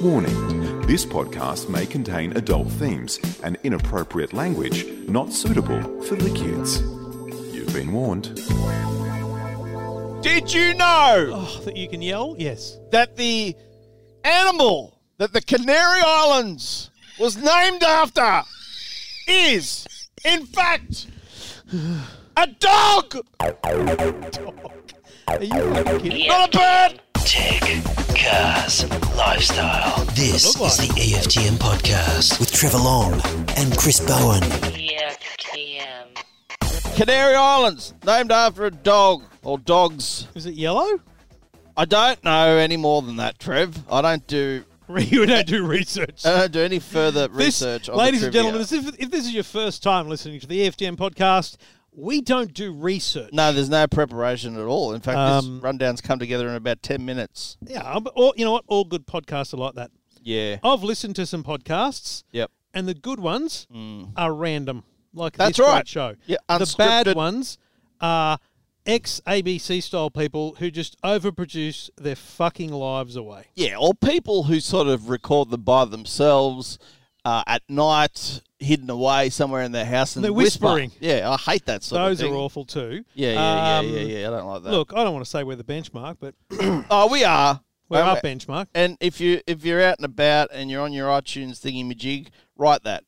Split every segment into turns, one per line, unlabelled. Warning this podcast may contain adult themes and inappropriate language not suitable for the kids. You've been warned.
Did you know
Oh, that you can yell? Yes.
that the animal that the Canary Islands was named after is, in fact, a dog,
Are you fucking kidding?
not a bird?
Tech, cars, lifestyle. This is the EFTM podcast with Trevor Long and Chris Bowen.
EFTM.
Canary Islands, named after a dog or dogs.
Is it yellow?
I don't know any more than that, Trev. I don't do.
you don't do research.
I don't do any further
This-
Uh, research. on the
ladies and
trivia.
gentlemen, this- if, if this is your first time listening to the E EFTM podcast, we don't do research.
no, there's no preparation at all. In fact,
Um,
this rundown's come together in about ten minutes.
Yeah, um, all, you know what? All good podcasts are like that.
Yeah.
I've listened to some podcasts,
Yep.
and the good ones are random, like
Mm. That's
this great
right.
show.
Yeah,
the bad
unscripted.
ones are ex ABC style people who just overproduce their fucking lives away.
Yeah, or people who sort of record them by themselves uh, at night, hidden away somewhere in their house, and
They're
whisper.
whispering.
Yeah, I hate that sort
Those
of
are
thing.
awful too.
Yeah, yeah,
Um,
yeah, yeah, yeah. I don't like that.
Look, I don't want to say we're the benchmark, but
oh, we are.
we're
Um,
our benchmark.
And if you if you're out and about and you're on your iTunes thingy majig, write that.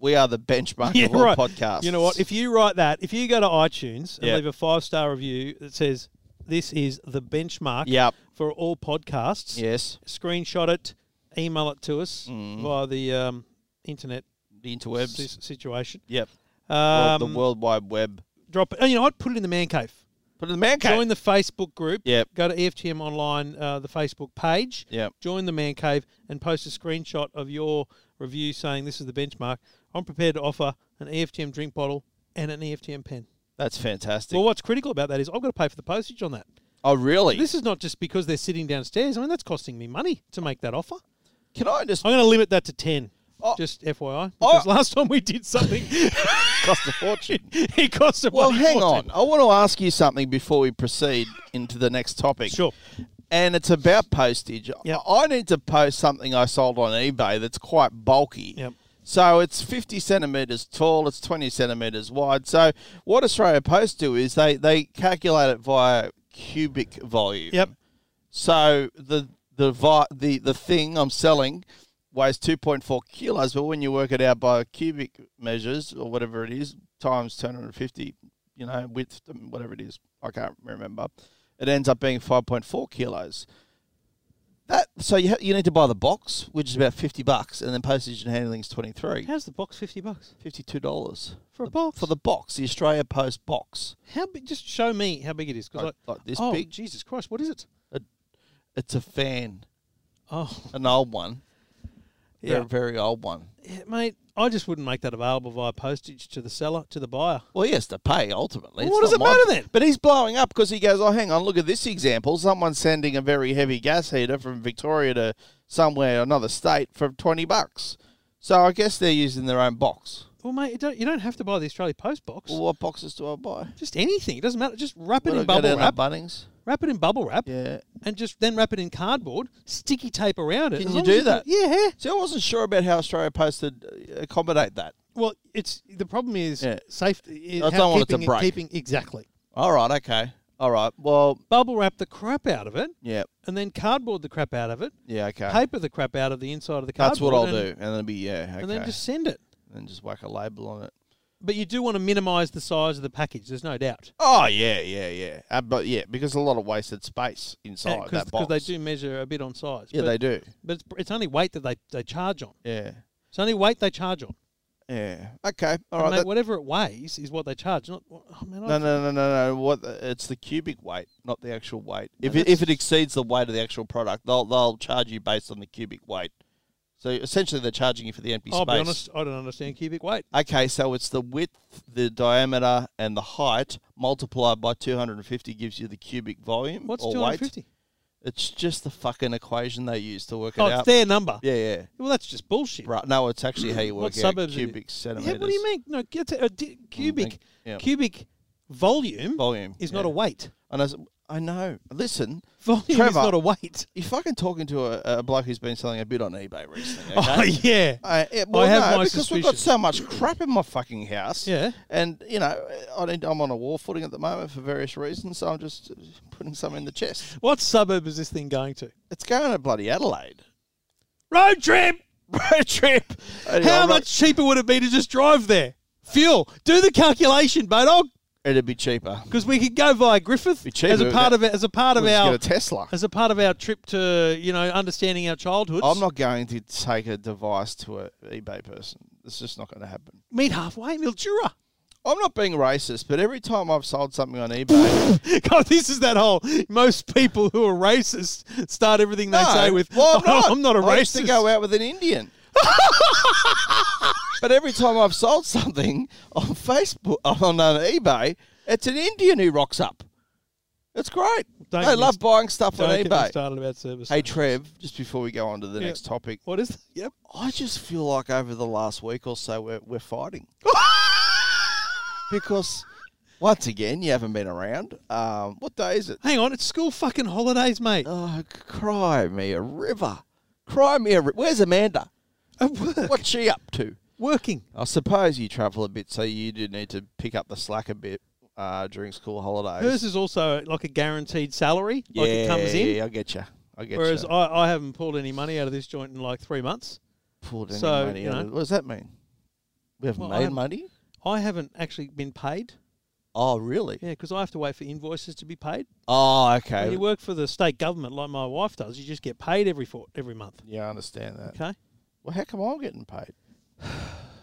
We are the benchmark of all podcasts.
You know what? If you write that, if you go to iTunes and
Yeah.
leave a five star review that says this is the benchmark
Yep.
for all podcasts,
yes,
screenshot it, email it to us
Mm.
via the um, internet
the
si-
interwebs.
situation.
Yep.
Um,
the World Wide Web.
drop it. Oh, you know what? Put it in the man cave.
Put it in the man cave.
Join the Facebook group.
Yep.
Go to E EFTM Online, uh, the Facebook page.
Yep.
Join the man cave and post a screenshot of your review saying this is the benchmark. I'm prepared to offer an E EFTM drink bottle and an E EFTM pen.
That's fantastic.
Well, what's critical about that is I've got to pay for the postage on that.
oh, really?
This is not just because they're sitting downstairs. I mean, that's costing me money to make that offer.
Can I just
I'm going to limit that to 10.
Oh.
just FYI. Because last time we did something,
cost a fortune?
it cost a
Well,
bloody
hang on.
fortune.
I want to ask you something before we proceed into the next topic.
Sure.
And it's about postage.
Yep.
I I need to post something I sold on eBay that's quite bulky.
Yep.
So it's 50 centimetres tall, it's 20 centimetres wide. So what Australia Post do is they, they calculate it via cubic volume.
Yep.
So the the vi- the the thing I'm selling weighs 2.4 kilos, but when you work it out by cubic measures or whatever it is, times 250, you know, width, whatever it is, I can't remember. It ends up being 5.4 kilos. That so you ha- you need to buy the box, which is about 50 bucks, and then postage and handling is 23.
How's the box 50 bucks?
52 dollars
For a box?
for the box, the Australia Post box.
How big? Just show me how big it is. 'cause
Like-
I-
like this
oh,
big?
Jesus Christ, what is it?
It's a fan,
Oh,
an old one,
yeah.
very very old one.
Yeah, Mate, I just wouldn't make that available via postage to the seller, to the buyer.
Well, he has to pay ultimately. It's
Well, what does
not
it
my-
matter then?
But he's blowing up because he goes, "Oh, hang on, look at this example. Someone's sending a very heavy gas heater from Victoria to somewhere another state for twenty bucks." So I guess they're using their own box.
Well, mate, you don't, you don't have to buy the Australia Post box.
Well, what boxes do I buy?
just anything. It doesn't matter. Just wrap it
Will I
in
go
bubble
down
wrap.
to Bunnings.
wrap it in bubble wrap,
Yeah.
and just then wrap it in cardboard, sticky tape around it.
Can
As
you
long
do
as can-
that?
yeah.
See, I wasn't sure about how Australia Post would uh, accommodate that.
Well, it's the problem is
Yeah.
safety.
I don't want it to
keeping
break.
Keeping exactly
All right. Okay. All right. Well.
bubble wrap the crap out of it,
Yeah.
and then cardboard the crap out of it,
Yeah. Okay.
paper the crap out of the inside of the cardboard.
That's what I'll
and,
do, and then be yeah. Okay.
And then just send it.
and just whack a label on it.
But you do want to minimise the size of the package. There's no doubt.
Oh yeah, yeah, yeah. Uh, but yeah, because a lot of wasted space inside that box.
Because they do measure a bit on size.
Yeah,
but,
they do.
But it's, it's only weight that they, they charge on.
Yeah,
It's only weight they charge on.
yeah. Okay, all
And
right.
mate,
that-
whatever it weighs is what they charge. Not. Oh, man, I
no, no, no, no, no. What? the- It's the cubic weight, not the actual weight. If it,
that's-
if it exceeds the weight of the actual product, they'll they'll charge you based on the cubic weight. So essentially, they're charging you for the empty
I'll
space.
be honest, I don't understand cubic weight.
Okay, so it's the width, the diameter, and the height multiplied by 250 gives you the cubic volume
What's
or weight.
250?
It's just the fucking equation they use to work it
Oh,
out.
it's their number.
Yeah, yeah.
Well, that's just bullshit.
Right. No, it's actually how you work
What
out
suburbs are you-
cubic
Yeah,
centimeters. Mm,
what do you mean? No, it's a, a di- cubic
thank- yeah.
cubic volume
Volume
is not
yeah.
a weight.
And I, s- I know. Listen,
Volume is
Trevor.
not a weight.
you're fucking talking to a, a bloke who's been selling a bit on eBay recently. Okay?
Oh yeah.
I, yeah, well,
have
no,
my
because we've got
suspicions.
so much crap in my fucking house.
Yeah.
and you know, I need, I'm on a war footing at the moment for various reasons, so I'm just uh, putting some in the chest.
What suburb is this thing going to?
It's going to bloody Adelaide.
Road trip. Road trip.
Anyway,
How
I'm
much
not-
cheaper would it be to just drive there? Fuel. Do the calculation, Bodog,
It'd be cheaper.
because we could go via Griffith
Be cheaper
as a
with
part
that.
of it, as a part of
Let's
our
get a Tesla.
as a part of our trip to you know understanding our childhoods.
I'm not going to take a device to an eBay person. It's just not going to happen.
meet halfway, Mildura.
I'm not being racist, but every time I've sold something on eBay,
God, this is that whole. Most people who are racist start everything they say with,
well, I'm
"Oh,
not.
I'm not a
I used
racist."
to go out with an Indian. but every time I've sold something on Facebook, on uh, eBay, it's an Indian who rocks up. It's great.
Don't
I
get
love
me-
buying stuff
Don't
on
get me
eBay.
started about service.
Hey, Trev, just before we go on to the
Yeah.
next topic,
what is that? Yep.
I just feel like over the last week or so we're, we're fighting. because once again, you haven't been around. Um, what day is it?
Hang on, it's school fucking holidays, mate.
Oh, cry me a river. Cry me a river. Where's Amanda?
At work,
What's she up to?
working.
I suppose you travel a bit, so you do need to pick up the slack a bit uh, during school holidays.
Hers is also like a guaranteed salary.
yeah,
like it comes in.
I get you. I get
Whereas
you.
I, I haven't pulled any money out of this joint in like three months.
Pulled any
so,
money
you
out
know.
of- What does that mean? We haven't
Well,
made
I'm-
money?
I haven't actually been paid.
Oh, really?
Yeah, because I have to wait for invoices to be paid.
Oh,
When
okay.
you work for the state government, like my wife does, you just get paid every fort every month.
Yeah, I understand that.
Okay,
Well, how come I'm getting paid?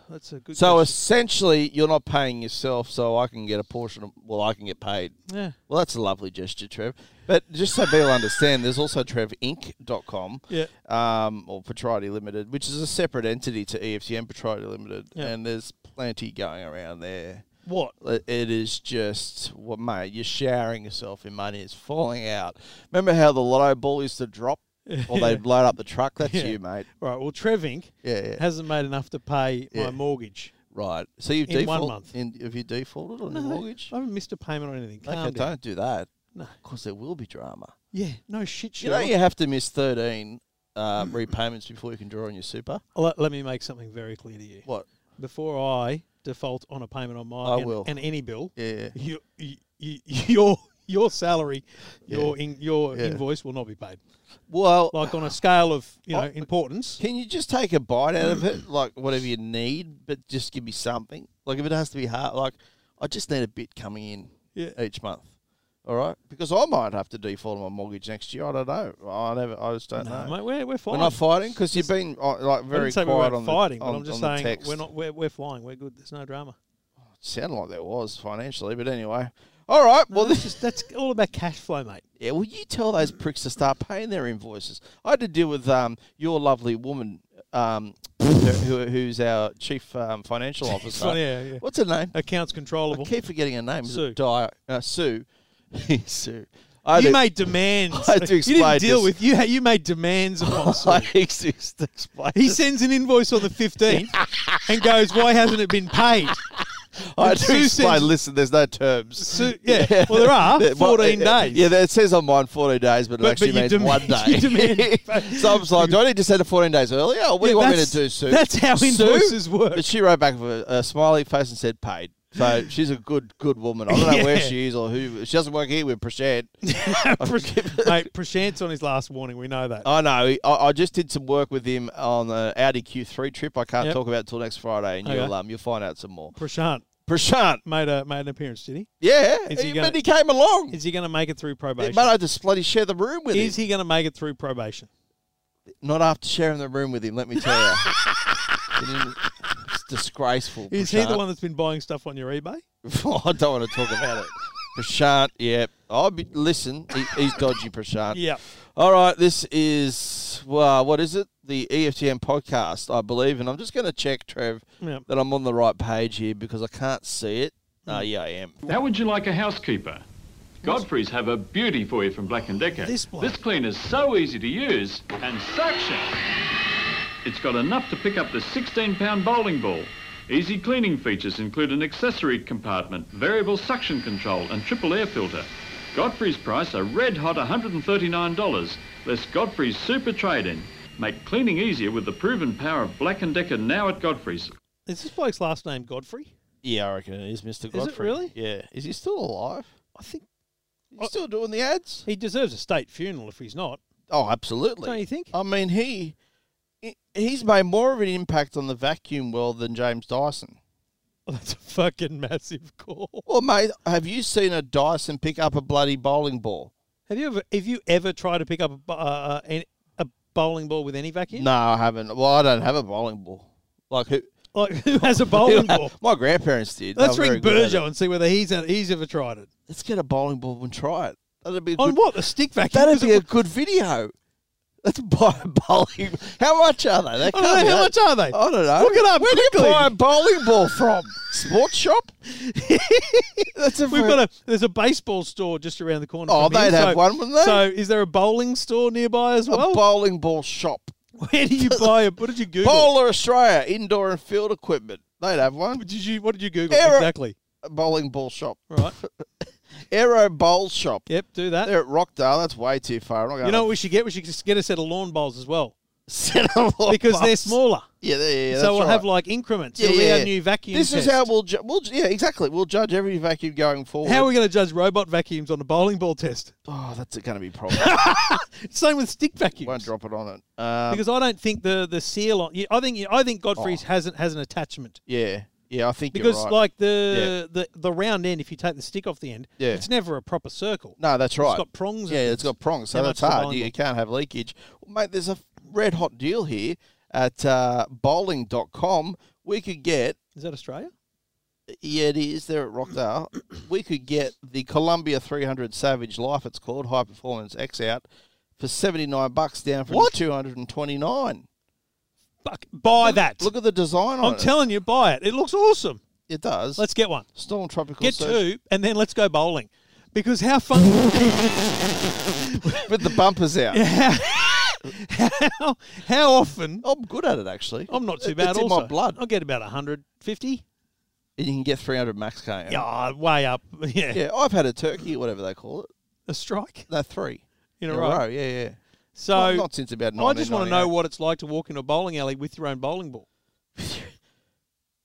that's a good.
So
question.
essentially, you're not paying yourself, so I can get a portion of. Well, I can get paid.
yeah,
Well, that's a lovely gesture, Trev. But just so people understand, there's also trevinc.com
yeah.
um, or Petriety Limited, which is a separate entity to E EFTM Petriety Limited.
Yeah.
And there's plenty going around there.
What?
It it is just, well, mate, you're showering yourself in money. It's falling out. Remember how the lotto ball used to drop or they'd load up the truck? That's
Yeah.
you, mate.
Right. Well, Trevink
Yeah, yeah.
hasn't made enough to pay my
Yeah.
mortgage.
Right. So you've
In one
default-
month.
In, have you defaulted on
No,
your mortgage?
I haven't missed a payment or anything. Calm
okay,
down.
don't do that.
No.
Because there will be drama.
Yeah. No shit.
You know
Sherlock.
you have to miss 13 um, repayments before you can draw on your super?
Let, let me make something very clear to you.
What?
Before I default on a payment on my
I
and,
will.
and any bill,
Yeah.
you, you, you- your your salary, your in, your
Yeah.
invoice will not be paid.
Well,
Like on a scale of you know
Oh.
importance.
can you just take a bite out of it? Like, whatever you need, but just give me something. Like, if it has to be hard, like, I just need a bit coming in
Yeah.
each month. All right? Because I might have to default on my mortgage next year. I don't know. I never, I just don't
No,
know.
mate, we're we're
We're
fine.
not fighting because you've been uh, like
I
very
didn't say
quiet
we weren't
on the
fighting,
on-
but I'm just
on the
saying
text.
we're not we're, we're flying. We're good. There's no drama.
Sounded like there was financially, but anyway. All right. Well,
Well,
this
that's just that's all about cash flow, mate.
Yeah, well, you tell those pricks to start paying their invoices. I had to deal with um, your lovely woman, um, who, who's our chief um, financial officer.
yeah, yeah.
What's her name?
Accounts controllable.
I keep forgetting her name. Is
Sue.
it Di- uh, Sue. Sue. I had
you
to-
made demands.
I had to
you
explain
didn't deal
this.
with you. You made demands upon.
I
Sue.
used to explain.
He sends an invoice on the 15th and goes, "Why hasn't it been paid?"
I had to
Sue
explain.
sends-
Listen, there's no terms.
So, yeah. Well, there are
Yeah, well,
14
uh, uh,
days.
Yeah, that- it says on mine 14 days, but it
But- but
actually
you
means
demand-
one
you
day.
demand-
so I'm sorry, do I need to send it 14 days earlier? Or what do
Yeah,
you want me
that's-
to do, Sue?
that's how
Sue?
invoices work.
But she wrote back with a, a smiley face and said paid. So she's a good, good woman. I don't know where
Yeah.
she is or who. She doesn't work here with Prashant.
Mate, Prashant's on his last warning. We know that.
I know. I, I just did some work with him on the Audi Q3 trip. I can't
Yep.
talk about it till next Friday, and
Okay.
you'll um, you'll find out some more.
Prashant
Prashant,
made a made an appearance, did he?
yeah,
Is he
he-
gonna-
but he came along.
Is he going to make it through probation?
Mate, I had to bloody share the room with him.
Is he going to make it through probation?
Not after sharing the room with him, let me tell you. He didn't- it's disgraceful.
Is he the one that's been buying stuff on your eBay?
Prashant. I don't want to talk about it. Prashant, yeah. I'll be, listen, he, he's dodgy, Prashant.
Yeah.
All right, this is, well, what is it? The E EFTM podcast, I believe. And I'm just going to check, Trev,
Yeah.
that I'm on the right page here because I can't see it.
Hmm.
Oh, yeah, I am.
How would you like a housekeeper? Godfrey's have a beauty for you from Black & Decker.
This bloke.
this cleaner's so easy to use and suction. It's got enough to pick up the 16-pound bowling ball. Easy cleaning features include an accessory compartment, variable suction control and triple air filter. Godfrey's price a red hot $139, less Godfrey's super trade-in. Make cleaning easier with the proven power of Black & Decker now at Godfrey's.
Is this bloke's last name Godfrey?
Yeah, I reckon it is Mr.
it
Godfrey.
really?
Yeah. Is he still alive?
I think
He's still doing the ads?
he deserves a state funeral if he's not.
Oh, absolutely.
Don't you think?
I mean, he he- he's made more of an impact on the vacuum world than James Dyson.
Well, Oh, that's a fucking massive call.
Well, mate, have you seen a Dyson pick up a bloody bowling ball?
Have you ever have you ever tried to pick up a bo- uh, an- a bowling ball with any vacuum?
No, I haven't. Well, I don't have a bowling ball. Like who?
Like who has a bowling ball?
My grandparents did. They
Let's
were
ring
very good at it.
Burjo and see whether he's uh, he's ever tried it.
Let's get a bowling ball and try it. That'd be a
On
good,
what? A stick vacuum?
that'd
Is it-
be a good video. Let's buy a bowling. How much are they? They
I don't
can't
know, how
be-
much are they?
I don't know.
Look it up
Where do you
quickly.
buy a bowling ball from? Sports shop? That's a
We've got a there's a baseball store just around the corner.
Oh,
from here,
they'd have
so-
one, wouldn't they?
So, is there a bowling store nearby as
a
well?
bowling ball shop.
Where do you buy it? What did you Google?
Bowler Australia indoor and field equipment. They'd have one.
Did you what did you Google
Error.
exactly?
A bowling ball shop.
Right.
Aero bowl shop.
Yep. Do that.
They're at Rockdale. That's way too far. I'm not going
You know what we should get? We should just get a set of lawn bowls as well
set up all
because they're
bumps.
smaller.
Yeah, yeah, yeah.
so
that's
we'll
right.
have like increments. It'll be our new vacuum.
This is
test.
how we'll, ju- we'll, yeah, exactly. We'll judge every vacuum going forward.
How are we going to judge robot vacuums on a bowling ball test?
oh, that's going to be a problem.
Same with stick vacuums.
Won't drop it on it. Um,
Because I don't think the the seal on. I think I think Godfrey's hasn't has an attachment
yeah, yeah, I think
because
Oh. you're right.
like the, the the round end, if you take the stick off the end,
Yeah.
it's never a proper circle.
no, that's right.
got prongs and
Yeah, it's
things.
got prongs, so
How
that's
much the
hard.
bowling
You,
ball?
you can't have leakage, well, mate. There's a red hot deal here at uh, bowling.com. We could get
Is that Australia?
Yeah, it is. They're at Rockdale. we could get the Columbia 300 Savage Life. It's called High Performance X out for 79 bucks, down from 229.
Fuck, buy that.
Look at the design on
I'm
it.
telling you, buy it. It looks awesome.
it does.
Let's get one.
Storm Tropical
Get
Surge-
two, and then let's go bowling. Because how fun,
with the bumpers out.
how, how often?
I'm good at it actually.
I'm not too
It-
bad.
Oh, It's
also,
in my blood.
I'll get about 150.
And you can get 300 max, can't you?
Yeah, way up. Yeah,
Yeah, I've had a turkey, whatever they call it.
a strike
No, three
in a row.
Yeah, yeah.
So
not, not since about.
I just want to know
1998.
what it's like to walk into a bowling alley with your own bowling ball.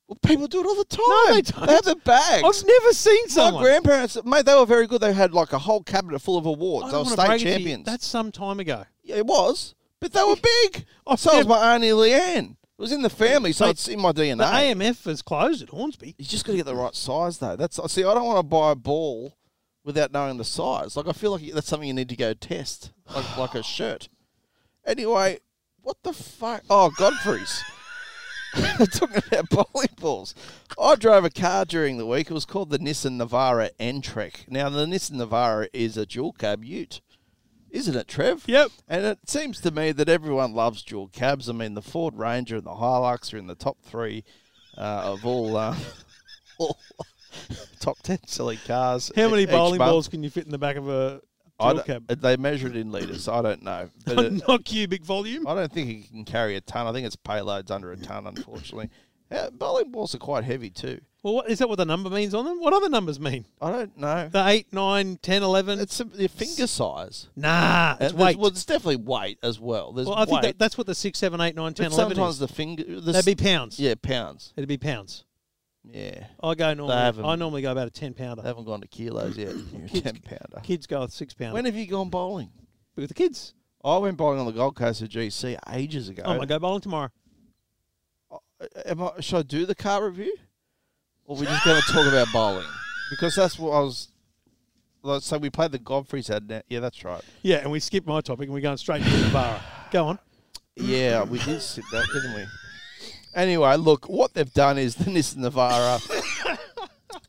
Well, people do it all the time.
they don't.
have the bags.
I've never seen
My
someone.
grandparents, mate, they were very good. They had like a whole cabinet full of awards.
I
They
don't
were
wanna
state
brag it to you.
champions.
That's some time ago.
Yeah, it was, but they were big.
I've
so was
never-
my auntie Leanne. It was in the family, so
Mate,
it's in my DNA.
The AMF is closed at Hornsby.
You just got to get the right size, though. That's see, I don't want to buy a ball without knowing the size. Like I feel like that's something you need to go test, like like a shirt. Anyway, what the fuck? Oh, Godfrey's. Talking about bowling balls, I drove a car during the week. It was called the Nissan Navara N-Trek. Now the Nissan Navara is a dual cab Ute, isn't it, Trev?
Yep.
And it seems to me that everyone loves dual cabs. I mean, the Ford Ranger and the Hilux are in the top three uh, of all, uh, all top ten silly cars. e-,
How many
each
bowling
month.
balls can you fit in the back of a
I
drill
don't-
cab?
They measure it in liters. I don't know, but it,
Not cubic volume.
I don't think it can carry a ton. I think its payload's under a ton, unfortunately. Uh, bowling balls are quite heavy too.
Well, what, is that what the number means on them? What other numbers mean?
I don't know.
The 8, 9, 10, 11?
It's a, your finger size.
nah,
Uh,
it's
there's-
weight.
Well, it's definitely weight as well. There's
Well, I think
weight.
that, that's what the 6, 7, 8, 9, 10,
but
11
sometimes
is.
the finger. The
That'd be pounds.
yeah, pounds.
It'd be pounds.
Yeah.
I go
haven't-
normally. I normally go about a 10
They
pounder.
haven't gone to kilos yet. You're a
Kids-
ten pounder.
Kids go with 6 pounder.
When have you gone bowling?
with the kids.
I went bowling on the Gold Coast of GC ages ago.
I'm going to go bowling tomorrow.
Am I, should I do the car review, or we just going to talk about bowling? Because that's what I was. like, So we played the Godfrey's ad. Now. Yeah, that's right.
Yeah, and we skip my topic and we're going straight to the bar. Go on.
Yeah, we did sit that, didn't we? Anyway, look, what they've done is the Nissan Navara.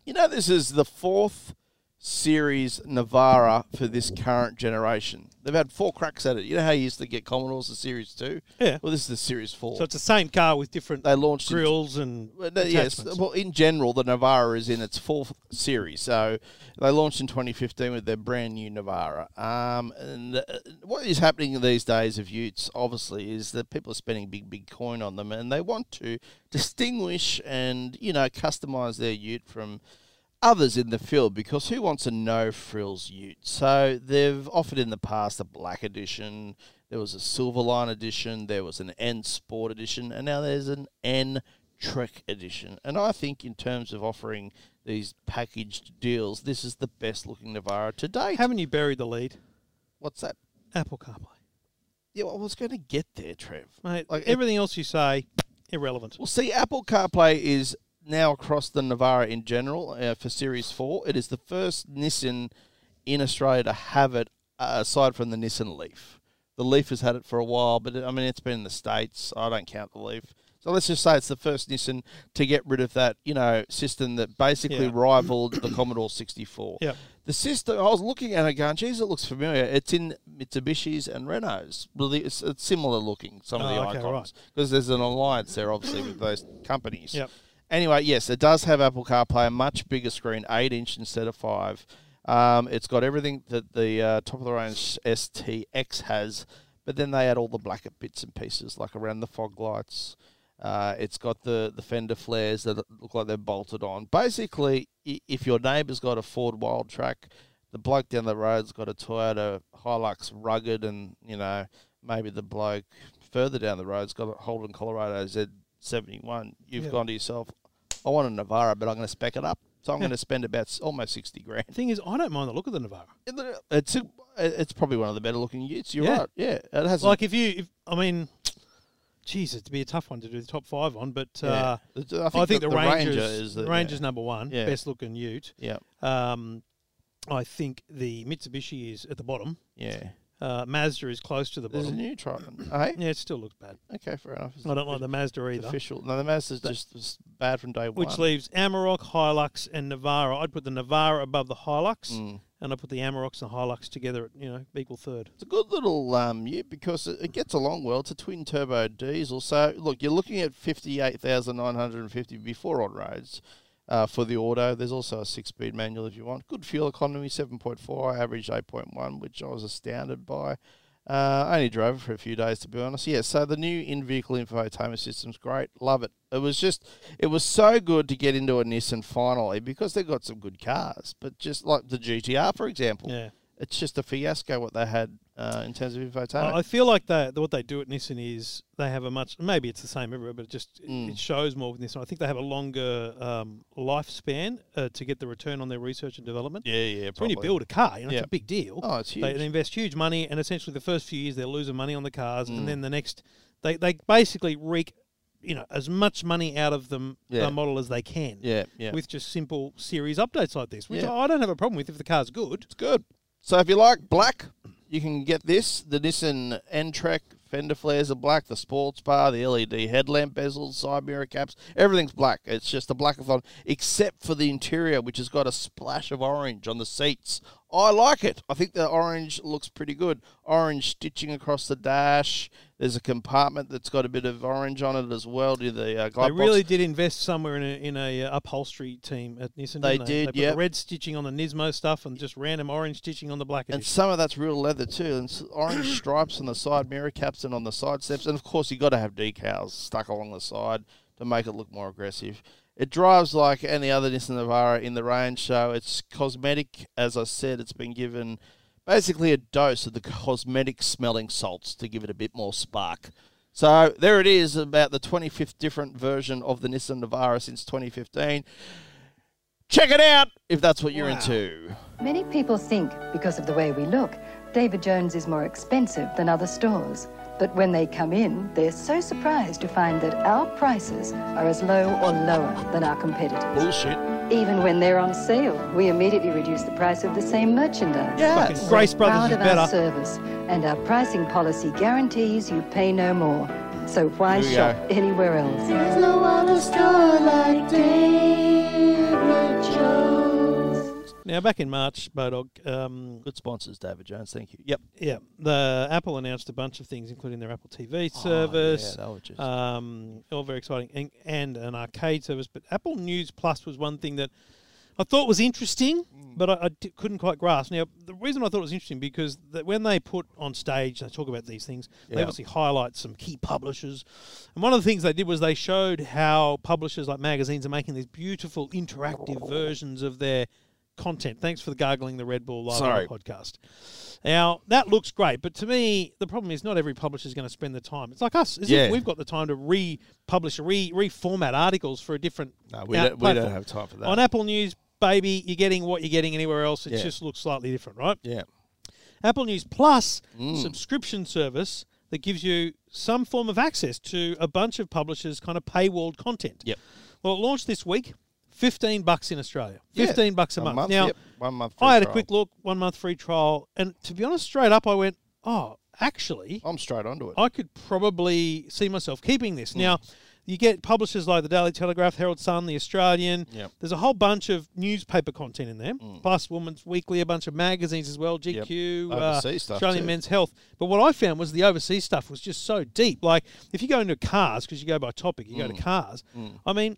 you know, this is the fourth series Navara for this current generation. They've had four cracks at it. You know how you used to get Commodores the Series 2?
Yeah.
Well, this is the Series 4.
So it's the same car with different
they launched in
grills and
Well, no, yes.
attachments.
Well, in general, the Navara is in its fourth series. So they launched in 2015 with their brand new Navara. Um, and uh, what is happening these days of Utes, obviously, is that people are spending big, big coin on them, and they want to distinguish and you know customize their Ute from others in the field because who wants a no frills ute? So they've offered in the past a black edition, there was a silver line edition, there was an N Sport edition, and now there's an N Trek edition. And I think in terms of offering these packaged deals, this is the best looking Navara to date.
Haven't you buried the lead?
What's that?
Apple CarPlay.
Yeah, well, I was going to get there, Trev.
Mate,
Like, it-
everything else you say, irrelevant.
Well, see, Apple CarPlay is now across the Navara in general uh, for Series 4. It is the first Nissan in Australia to have it uh, aside from the Nissan Leaf. The Leaf has had it for a while, but I mean, it's been in the States. I don't count the Leaf. So let's just say it's the first Nissan to get rid of that, you know, system that basically
Yeah.
rivaled the Commodore 64.
Yep.
The system, I was looking at it going, geez, it looks familiar. It's in Mitsubishi's and Renault's. Well, the- It's, it's similar looking, some of
Oh,
the
okay,
icons
right.
because there's an alliance there, obviously, with those companies.
Yep.
Anyway, yes, it does have Apple CarPlay, a much bigger screen, eight inch instead of five. Um, it's got everything that the uh, top of the range STX has, but then they add all the blacker bits and pieces, like around the fog lights. Uh, it's got the, the fender flares that look like they're bolted on. Basically, i- if your neighbour's got a Ford Wild Track, the bloke down the road's got a Toyota Hilux Rugged, and you know maybe the bloke further down the road's got a Holden Colorado Z71. You've
Yeah.
gone to yourself, I want a Navara, but I'm going to spec it up, so I'm going to spend about s- almost sixty grand.
The thing is, I don't mind the look of the Navara.
It's a, it's probably one of the better looking Utes. You're
Yeah.
right. Yeah, it has
Like if you, if, I mean, geez, it'd be a tough one to do the top five on, but uh,
I think,
I, think the, Rangers,
Ranger is the
Ranger's number one,
Yeah.
best looking Ute.
Yeah,
Um, I think the Mitsubishi is at the bottom.
yeah. yeah.
Uh, Mazda is close to the
There's a
bottom.
new Triton. Hey,
Yeah, it still looks bad.
okay, fair enough. It's
I don't like the Mazda either.
official. No, the Mazda's just just bad from day one.
Which leaves Amarok, Hilux, and Navara. I'd put the Navara above the Hilux,
Mm.
and I put the Amaroks and Hilux together at you know equal third.
It's a good little um, ute because it, it gets along well. It's a twin turbo diesel. So look, you're looking at fifty eight thousand nine hundred and fifty before on roads uh, for the auto. There's also a six speed manual if you want. Good fuel economy, seven point four. I averaged eight point one, which I was astounded by. Uh, I only drove it for a few days to be honest. Yeah, so the new in vehicle infotainment system's great. Love it. It was just, it was so good to get into a Nissan finally because they've got some good cars. But just like the GTR, for example
Yeah,
it's just a fiasco what they had uh, in terms of infotainment.
I I feel like they what they do at Nissan is they have a much maybe it's the same everywhere, but it just
Mm.
it shows more with Nissan. I think they have a longer um, lifespan uh, to get the return on their research and development.
yeah, yeah.
So when you build a car, you know,
Yeah.
it's a big deal.
Oh, it's
They,
huge.
they invest huge money, and essentially the first few years they're losing money on the cars,
Mm.
and then the next they they basically reek, you know, as much money out of them
Yeah.
the model as they can.
Yeah, yeah.
With just simple series updates like this, which
Yeah.
I don't have a problem with if the car's good.
it's good. So if you like black, you can get this. The Nissan N-Trek fender flares are black. The sports bar, the LED headlamp bezels, side mirror caps, everything's black. It's just a blackathon, except for the interior, which has got a splash of orange on the seats. I like it. I think the orange looks pretty good. Orange stitching across the dash. There's a compartment that's got a bit of orange on it as well. Do the uh, glove
They
box.
really did invest somewhere in a in a uh, upholstery team at Nissan.
They
didn't
did,
They put
yep.
the red stitching on the Nismo stuff and just random orange stitching on the black.
And
edition.
some of that's real leather too, and s- orange stripes on the side mirror caps and on the side steps. And of course, you got to have decals stuck along the side to make it look more aggressive. It drives like any other Nissan Navara in the range, so it's cosmetic. As I said, it's been given basically a dose of the cosmetic smelling salts to give it a bit more spark. So there it is, about the 25th different version of the Nissan Navara since 2015. Check it out if that's what you're into.
Many people think, because of the way we look, David Jones is more expensive than other stores. But when they come in, they're so surprised to find that our prices are as low or lower than our competitors.
Bullshit.
Even when they're on sale, we immediately reduce the price of the same merchandise.
Yeah.
Fucking Grace Brothers
Proud
is
of our
better.
service, and our pricing policy guarantees you pay no more. So why
Here we
shop anywhere else?
There's no other store like David Jones.
Now back in March, Bodog, um,
Good sponsors, David Jones. Thank you. Yep. Oh,
Yeah, the Apple announced a bunch of things, including their Apple TV service.
yeah, that was just-
um, all very exciting, and, and an arcade service. But Apple News Plus was one thing that I thought was interesting,
Mm.
but I I d- couldn't quite grasp. Now, the reason I thought it was interesting because that when they put on stage, they talk about these things. They
Yeah.
obviously highlight some key publishers, and one of the things they did was they showed how publishers like magazines are making these beautiful interactive versions of their content. Thanks for the gargling the Red Bull live on
Sorry.
the podcast. Now that looks great, but to me, the problem is not every publisher is going to spend the time. It's like us, is
Yeah.
if we've got the time to republish, re reformat articles for a different.
No, we
out-
don't- we don't
platform.
have time for that.
On Apple News, baby, you're getting what you're getting anywhere else. It
Yeah.
just looks slightly different, right?
Yeah. Mm.
Apple News Plus subscription service that gives you some form of access to a bunch of publishers' kind of paywalled content.
Yep.
Well, it launched this week. Fifteen bucks in Australia.
Yeah.
Fifteen bucks a, month. Now,
yep, one month. free
I had a
trial.
quick look, one month free trial, and to be honest, straight up, I went, oh, actually,
I'm straight onto it.
I could probably see myself keeping
Hmm.
this. Now, you get publishers like the Daily Telegraph, Herald Sun, the Australian.
Yep. Hmm.
There's a whole bunch of newspaper content in there, plus Woman's Weekly, a bunch of magazines as well, GQ, uh,
Overseas stuff
Australian
too.
Men's Health. But what I found was the overseas stuff was just so deep. Like if you go into cars, because you go by topic, you go
Hmm.
to cars. I mean.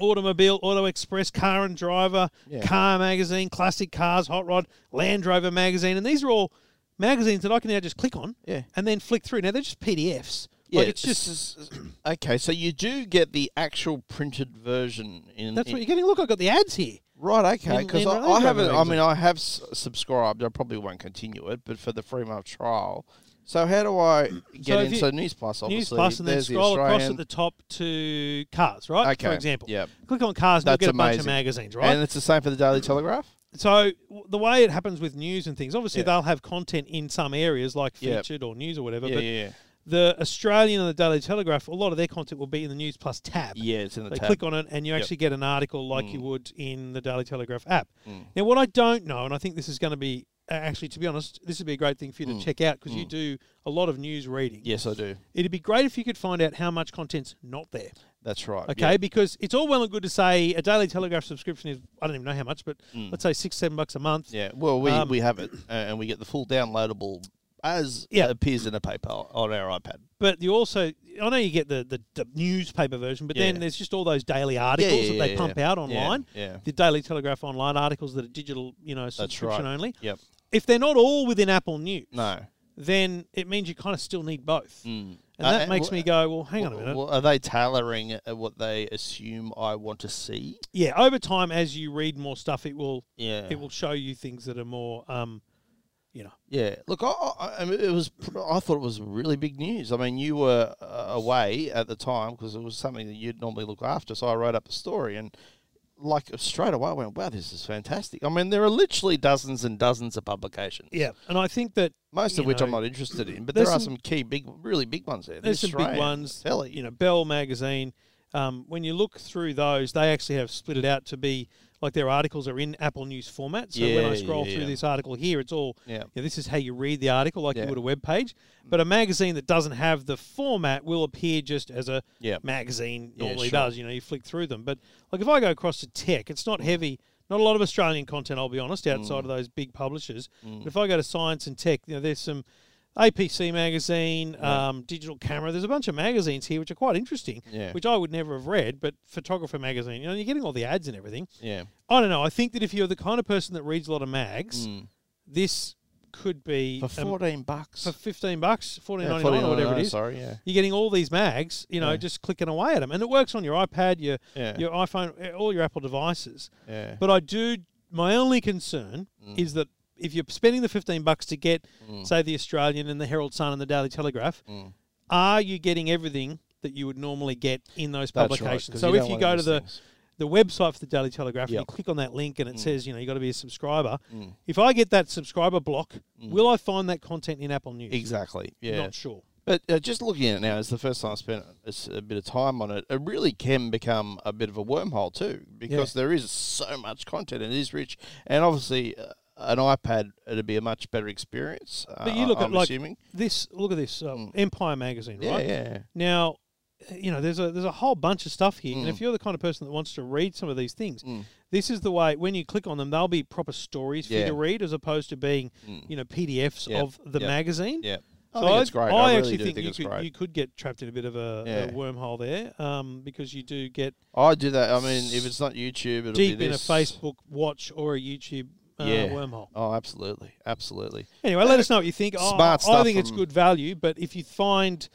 Automobile, Auto Express, Car and Driver,
Yeah.
Car Magazine, Classic Cars, Hot Rod, Land Rover Magazine, and these are all magazines that I can now just click on
Yeah.
and then flick through. Now they're just PDFs.
yeah,
like it's just
okay. So you do get the actual printed version in.
that's
in-
what you're getting. Look, I got the ads here.
Right, okay,
in-
because
in
I,
Range
I haven't.
Rover
I mean, I have s- subscribed. I probably won't continue it, but for the free month trial. So how do I get
if
into
you-
News Plus? Obviously,
News Plus, and then
There's the
scroll across
Australian.
at the top to cars, right? For
Okay,
example,
yep.
click on cars, and you'll
That's
get a
amazing.
bunch of magazines, right?
And it's the same for the Daily Telegraph.
so w- the way it happens with news and things, obviously
Yeah.
they'll have content in some areas like
Yep.
featured or news or whatever.
Yeah,
but
yeah, yeah.
the Australian and the Daily Telegraph, a lot of their content will be in the News Plus tab.
Yeah, it's in the
they
tab. Mm.
click on it and you actually get an article like you would in the Daily Telegraph app. Now, what I don't know, and I think this is going to be uh, actually, to be honest, this would be a great thing for
Mm.
you to check out because you do a lot of news reading.
Yes, I do.
It'd be great if you could find out how much content's not there.
That's right. yeah.
Okay, because it's all well and good to say a Daily Telegraph subscription is, I don't even know how much, but let's say six, seven bucks a month.
Mm. Yeah, well, we,
Um,
we have it, uh, and we get the full downloadable as
Yeah.
it appears in a paper on our iPad.
But you also, I know you get the, the, the newspaper version, but
Yeah.
then there's just all those daily articles
yeah,
that they
yeah,
pump
yeah.
out
Yeah,
online.
yeah.
The Daily Telegraph online articles that are digital, you know,
That's
subscription
right.
only.
Yep.
If they're not all within Apple News,
No.
then it means you kind of still need both. And
Uh,
that
and
makes
wha-
me go, well, hang on a minute.
Well, are they tailoring uh, what they assume I want to see?
yeah, over time, as you read more stuff, it will
Yeah.
it will show you things that are more, um, you know,
Yeah. Look, I, I, I mean, it was. pr- I thought it was really big news. I mean, you were uh, away at the time because it was something that you'd normally look after. So I wrote up a story and. Like straight away, I went, "Wow, this is fantastic!" I mean, there are literally dozens and dozens of publications,
yeah. And I think that
most of
you
which I'm
know,
not interested in, but there
there's
are
some-
some key, big, really big ones there. The
There's some big
Australian,
ones.
Telly,
You know, Bell magazine. Um, when you look through those, they actually have split it out to be like their articles are in Apple News format. So when
Yeah,
I scroll
yeah,
through
yeah.
this article here, it's all
Yeah.
you know, this is how you read the article, like
Yeah. Mm.
you would a web page. But a magazine that doesn't have the format will appear just as a
Yeah.
magazine
Yeah,
normally
sure.
does. You know, you flick through them. But like if I go across to tech, it's not heavy. Not a lot of Australian content, I'll be honest, outside
Mm.
of those big publishers. But if I go to science and tech, you know, there's some APC magazine, um, digital camera. There's a bunch of magazines here which are quite interesting,
Yeah.
which I would never have read. But photographer magazine, you know, you're getting all the ads and everything.
Yeah.
I don't know. I think that if you're the kind of person that reads a lot of mags, this could be
Mm. For
um,
14 bucks.
for fifteen bucks, fourteen
Yeah,
ninety nine or whatever
14.99,
it is.
Sorry, yeah.
You're getting all these mags, you know, just clicking away at them, and it works on your iPad, your
Yeah.
your iPhone, eh, all your Apple devices.
Yeah. Mm.
But I do. My only concern is that if you're spending the fifteen bucks to get, say, the Australian and the Herald Sun and the Daily Telegraph,
Mm.
are you getting everything that you would normally get in those
That's right,
publications?
'cause
so
you
if
don't
you
wanna
go to
miss
the
things.
the website for the Daily Telegraph, and
Yep. Mm.
you click on that link, and it says, you know, you got to be a subscriber. If I get that subscriber block, will I find that content in Apple News?
Exactly. Mm. Yeah.
Not sure.
But uh, just looking at it now, it's the first time I spent a, s- a bit of time on it. It really can become a bit of a wormhole too, because there is so much content and it is rich. And obviously, uh, an iPad it'd be a much better experience. uh,
But you look
I'm
at like
assuming. Mm.
this. Look at this uh, Empire magazine,
Yeah,
right?
yeah.
Now, eh, you know, there's a there's a whole bunch of stuff here,
Mm.
and if you're the kind of person that wants to read some of these things, this is the way. When you click on them, they'll be proper stories for
Yeah. Mm.
you to read, as opposed to being, you know, PDFs
Yep,
of the
yep,
magazine.
yep. I think it's great. I, really
actually
do
think,
think
you,
it's
could,
great.
you could get trapped in a bit of a, a
Yeah.
wormhole there um, because you do get
I do that. I mean, if it's not YouTube, it'll
deep
be
in a
this.
Facebook watch or a YouTube uh,
Yeah.
wormhole.
Oh, absolutely, absolutely.
Anyway, let us know what you think. I-
Smart
I,
stuff
think it's
from-
good value, but if you find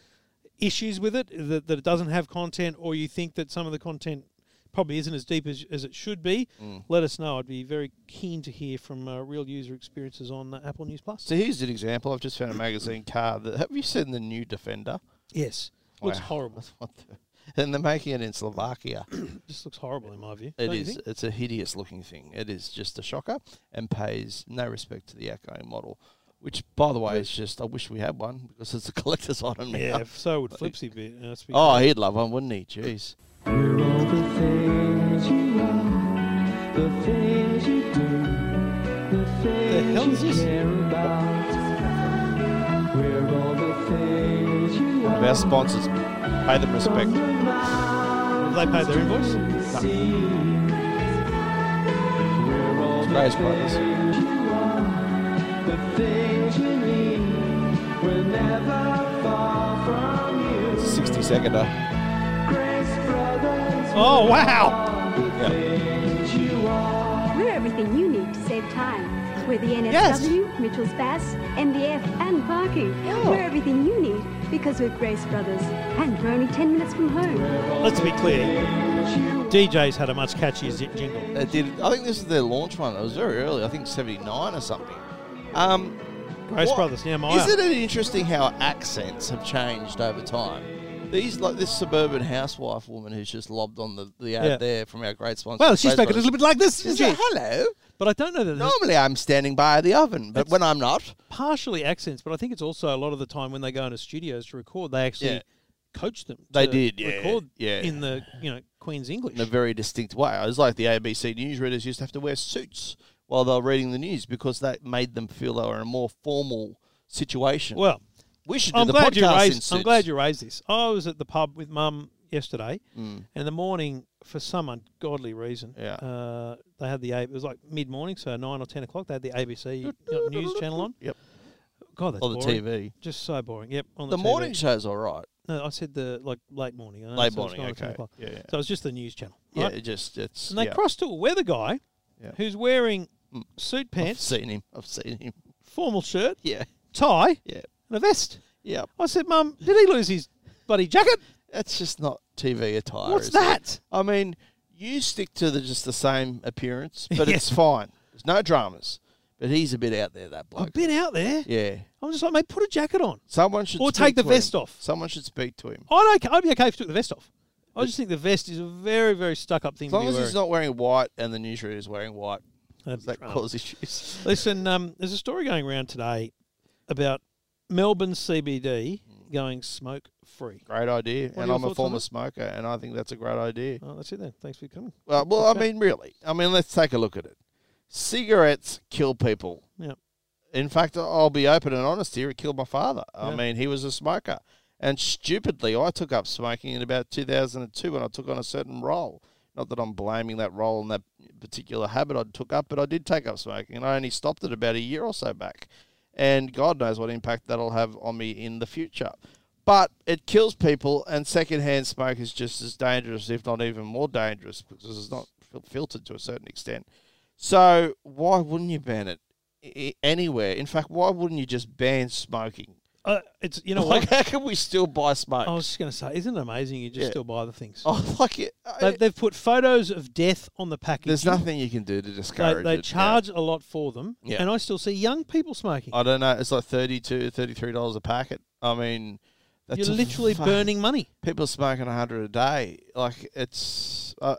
issues with it, that, that it doesn't have content, or you think that some of the content probably isn't as deep as, as it should be,
Mm.
let us know. I'd be very keen to hear from uh, real user experiences on uh, Apple News Plus.
So here's an example. I've just found a magazine card. That, have you seen the new Defender?
Yes. Looks
Wow.
horrible.
What the- and they're making it in Slovakia.
Just looks horrible in my view.
It
don't you
is.
think?
It's a hideous looking thing. It is just a shocker and pays no respect to the outgoing model. Which, by the way, is just I wish we had one because it's a collector's item now.
Yeah, if so would Flipsy be. uh, speak-
Oh, he'd love one, wouldn't he? Jeez.
the hell is this?
One of our sponsors. Pay them respect.
Have they paid their invoice?
Grace Brothers. Sixty seconder.
Oh, wow.
We're everything you need to save time. We're the NSW, Mitchell's Bass, MBF, and parking. We're everything you need because we're Grace Brothers, and we're only 10 minutes from home.
Let's be clear. DJ's had a much catchier zi- jingle.
They did. I think this is their launch one. It was very early. I think seventy nine or something. Um,
Grace
What-
Brothers, now my.
Isn't it interesting how accents have changed over time? These like this suburban housewife woman who's just lobbed on the, the ad
Yeah.
there from our great sponsor.
Well, she
Grace
spoke a
Brothers.
little bit like this,
She
didn't
said,
she?
Hello.
But I don't know that it's
Normally I'm standing by the oven, but when I'm not,
partially accents, but I think it's also a lot of the time when they go into studios to record, they actually
Yeah.
coach them.
They
to
did, yeah,
Record
yeah.
in the you know Queen's English.
in a very distinct way. It was like the ABC newsreaders used to have to wear suits while they were reading the news because that made them feel they were in a more formal situation.
well,
we should do
I'm
the
glad
podcast
you
in
raised.
suits.
I'm glad you raised this. I was at the pub with Mum yesterday, and in the morning, for some ungodly reason,
Mm. Yeah.
uh, they had the A. It was like mid morning, so nine or ten o'clock. They had the ABC you know, news channel on.
Yep.
God, that's
On the
boring.
TV.
Just so boring. Yep. On
The
the, TV.
morning show's all right.
No, I said the like late morning. I know,
Late
so it's
morning,
nine or 10
okay.
o'clock.
Yeah, yeah.
So it was just the news channel.
Yeah,
right?
it just it's
And they
yeah.
cross to a weather guy
Yeah. Mm. Oh,
who's wearing suit
I've
pants,
seen him. I've seen him.
formal shirt,
Yeah.
tie,
Yeah.
and a vest.
Yeah.
I said, Mum, did he lose his bloody jacket?
That's just not TV attire.
What's
is it?
that?
I mean, you stick to the, just the same appearance, but
Yeah.
it's fine. There's no dramas. But he's a bit out there, that
I've
bloke.
been out there.
Yeah.
I'm just like, mate, put a jacket on.
Someone should
Or
speak
take the
to
vest
him.
off. Oh,
Someone should speak to him.
I'd, okay, I'd be okay if he took the vest off. I just think the vest is a very, very stuck up thing
As
to
long
be
as
wearing.
he's not wearing white and the newsreader is wearing white,
That'd be
that
drama.
causes issues.
Listen, um, there's a story going around today about Melbourne CBD
Mm.
going smoke free.
Great idea.
are
and
your
I'm a
thoughts on
former
it?
smoker, and I think that's a great idea.
Oh, that's it then. Thanks for coming.
Well, well, I mean, really. I mean, let's take a look at it. Cigarettes kill people.
Yeah.
In fact, I'll be open and honest here. It killed my father. I
Yeah.
mean, he was a smoker. And stupidly, I took up smoking in about 2002 when I took on a certain role. Not that I'm blaming that role and that particular habit I took up, but I did take up smoking and I only stopped it about a year or so back. And God knows what impact that'll have on me in the future. But it kills people, and secondhand smoke is just as dangerous, if not even more dangerous, because it's not fil- filtered to a certain extent. So why wouldn't you ban it I- anywhere? In fact, why wouldn't you just ban smoking?
Uh, it's you know
Like,
what? Oh,
how can we still buy smoke?
I was just going to say, isn't it amazing? You just
Yeah.
still buy the things.
Oh, like it,
They,
I,
they've put photos of death on the package.
there's nothing you can do to discourage
They, they
it.
charge a lot for them,
Yeah. Oh,
and I still see young people smoking.
Yeah. I don't know. It's like 32 $33 a packet. I mean, that's
You're
a
literally
fuck-
burning money.
People smoking 100 a day. Like, it's. Uh,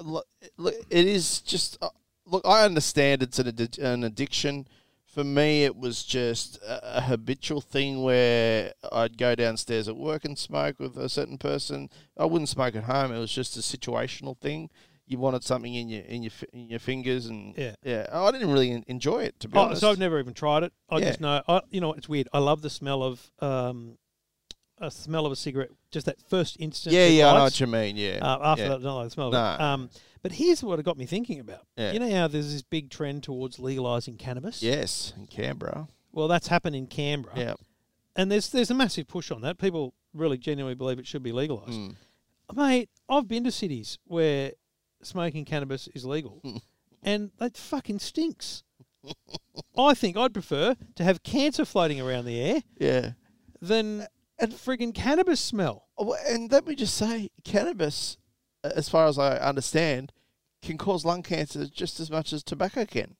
look, it is just. Uh, look, I understand it's an, addi- an addiction. For me, it was just a, a habitual thing where I'd go downstairs at work and smoke with a certain person. I wouldn't smoke at home. It was just a situational thing. You wanted something in your in your fi- in your fingers, and
Yeah.
yeah. I didn't really en- enjoy it to be
Oh,
honest.
so I've never even tried it. I
Yeah.
just know. I, you know, what, it's weird. I love the smell of um, a smell of a cigarette. Just that first instant.
yeah,
it
yeah, I know
lights.
what you mean. Yeah,
Uh, after
yeah.
that, I don't like the smell of it.
No.
Um, but here's what it got me thinking about.
Yeah.
You know how there's this big trend towards legalising cannabis?
Yes, in Canberra.
Well, that's happened in Canberra.
Yeah.
and there's there's a massive push on that. People really genuinely believe it should be legalized.
Hmm.
Mate, I've been to cities where smoking cannabis is legal,
Hmm.
and that fucking stinks. I think I'd prefer to have cancer floating around the air
Yeah. Uh,
than a friggin' cannabis smell.
Oh, well, And let me just say, cannabis, a- as far as I understand, can cause lung cancer just as much as tobacco can.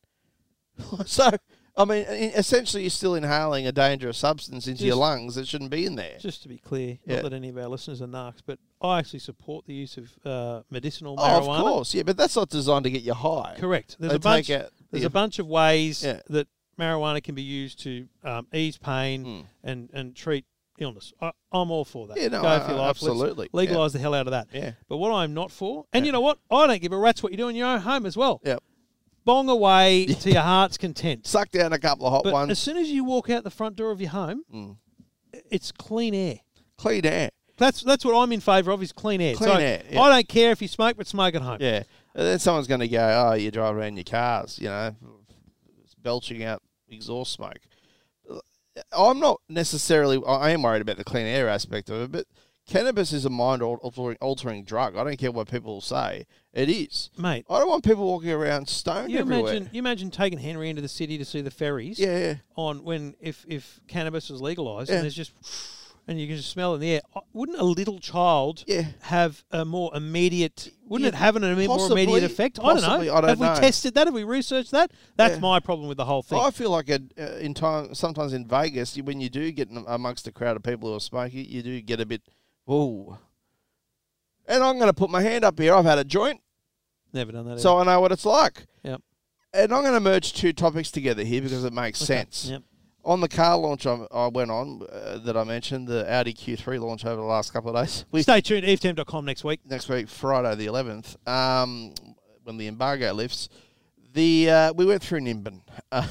so, I mean, e- essentially, you're still inhaling a dangerous substance into your
Just-
lungs that shouldn't be in there.
Just to be clear,
Yeah.
not that any of our listeners are narcs, but I actually support the use of uh, medicinal
Oh,
marijuana.
of course, yeah, but that's not designed to get you high.
Correct. There's
They
a bunch.
take out
there's
the-
a bunch of ways
Yeah.
that marijuana can be used to um, ease pain and and treat illness. I, I'm all for that.
Hmm. Yeah, no,
Go
I-
for
I-
your life. Let's
absolutely. Yeah.
Legalise the hell out of that.
Yeah.
But what I'm not for, and you know what, I don't give a rat's what you do in your own home as well.
Yep.
Bong away to your heart's content.
Suck down a couple of hot
but as
ones,
soon as you walk out the front door of your home,
Hmm.
i- it's clean air.
clean air.
That's that's what I'm in favour of is clean air.
Clean
So
air, yeah.
I don't care if you smoke, but smoke at home.
Yeah. And then someone's going to go, oh, you drive around your cars, you know, it's belching out exhaust smoke. I'm not necessarily, I I am worried about the clean air aspect of it, but cannabis is a mind al- altering, altering drug. I don't care what people say, it is.
Mate,
I don't want people walking around stoned
you
everywhere.
imagine you imagine taking Henry into the city to see the ferries.
yeah, yeah.
on when if if cannabis was legalized
Yeah.
and there's just and you can just smell it in the air. Uh, Wouldn't a little child
Yeah.
have a more immediate? Wouldn't it
Yeah,
have an imme-
possibly-
more immediate effect?
possibly,
I
I
don't know.
don't
have
know.
we tested that? Have we researched that? That's
Yeah.
my problem with the whole thing.
I feel like it, uh, in time, sometimes in Vegas, you- when you do get in amongst a crowd of people who are smoking, you do get a bit, ooh. And I'm going to put my hand up here. I've had a joint.
Never done that.
so I know what it's like.
either. yep.
And I'm going to merge two topics together here because it makes
Okay.
sense.
Yep.
On the car launch I, I went on uh, that I mentioned, the Audi Q3 launch over the last couple of days. We
Stay tuned. EFTM.com next week.
next week, Friday the 11th, um, when the embargo lifts. The uh, we went through Nimbin uh,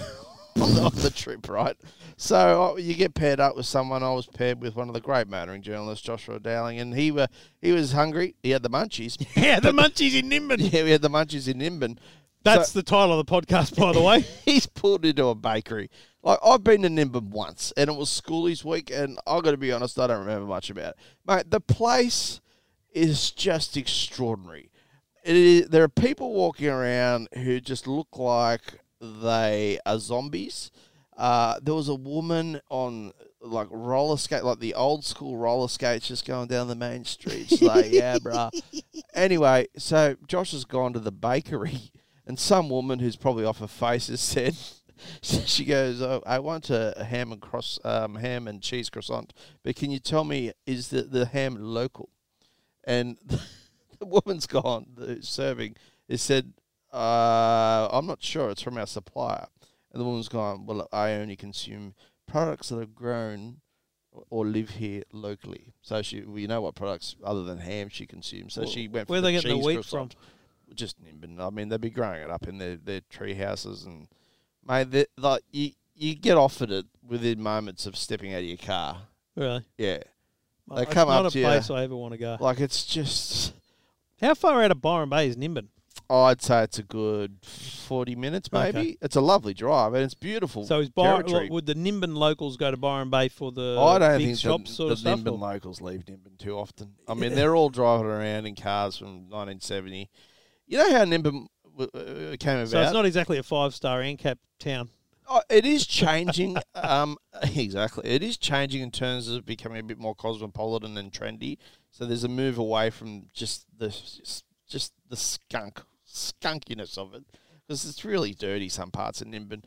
on, the, on the trip, right? So uh, you get paired up with someone. I was paired with one of the great motoring journalists, Joshua Dowling, and he were he was hungry. He had the munchies.
Yeah, the munchies in Nimbin.
yeah, we had the munchies in Nimbin.
That's
So-
the title of the podcast, by the way.
he's pulled into a bakery. Like I've been to Nimbin once, and it was schoolies week, and I got to be honest, I don't remember much about it. Mate, the place is just extraordinary. It is, there are people walking around who just look like they are zombies. Uh, there was a woman on like roller skate, like the old school roller skates, just going down the main street. She's like, yeah, bruh. Anyway, so Josh has gone to the bakery, and some woman who's probably off her face has said, she goes, oh, I want a a ham and cross, um, ham and cheese croissant, but can you tell me is the, the ham local? And the woman's gone, the serving, has said, uh, I'm not sure, it's from our supplier. And the woman's gone, Well, I only consume products that are grown or live here locally. So she, we know what products other than ham she consumes. So she went for
Where are
the
they getting the
cheese
wheat
croissant. Just Nimbin. I mean, they'd be growing it up in their, their tree houses and, mate, they, like you, you get offered it within moments of stepping out of your car.
really?
Yeah,
Well,
come
it's
up
not
to
a
you.
place I ever want to go.
like it's just.
How far out of Byron Bay is Nimbin?
I'd say it's a good forty minutes,
Okay.
maybe. It's a lovely drive, and it's beautiful.
So is Byron,
territory.
would the Nimbin locals go to Byron Bay for the
I don't
big
think
shop
the,
sort
the
of stuff?
Nimbin
or-
locals leave Nimbin too often. I mean, they're all driving around in cars from 1970. You know how Nimbin w- uh, came about.
So it's not exactly a five star ANCAP town.
Oh, it is changing. um, exactly, it is changing in terms of becoming a bit more cosmopolitan and trendy. So there's a move away from just the just the skunk skunkiness of it because it's really dirty some parts of Nimbin.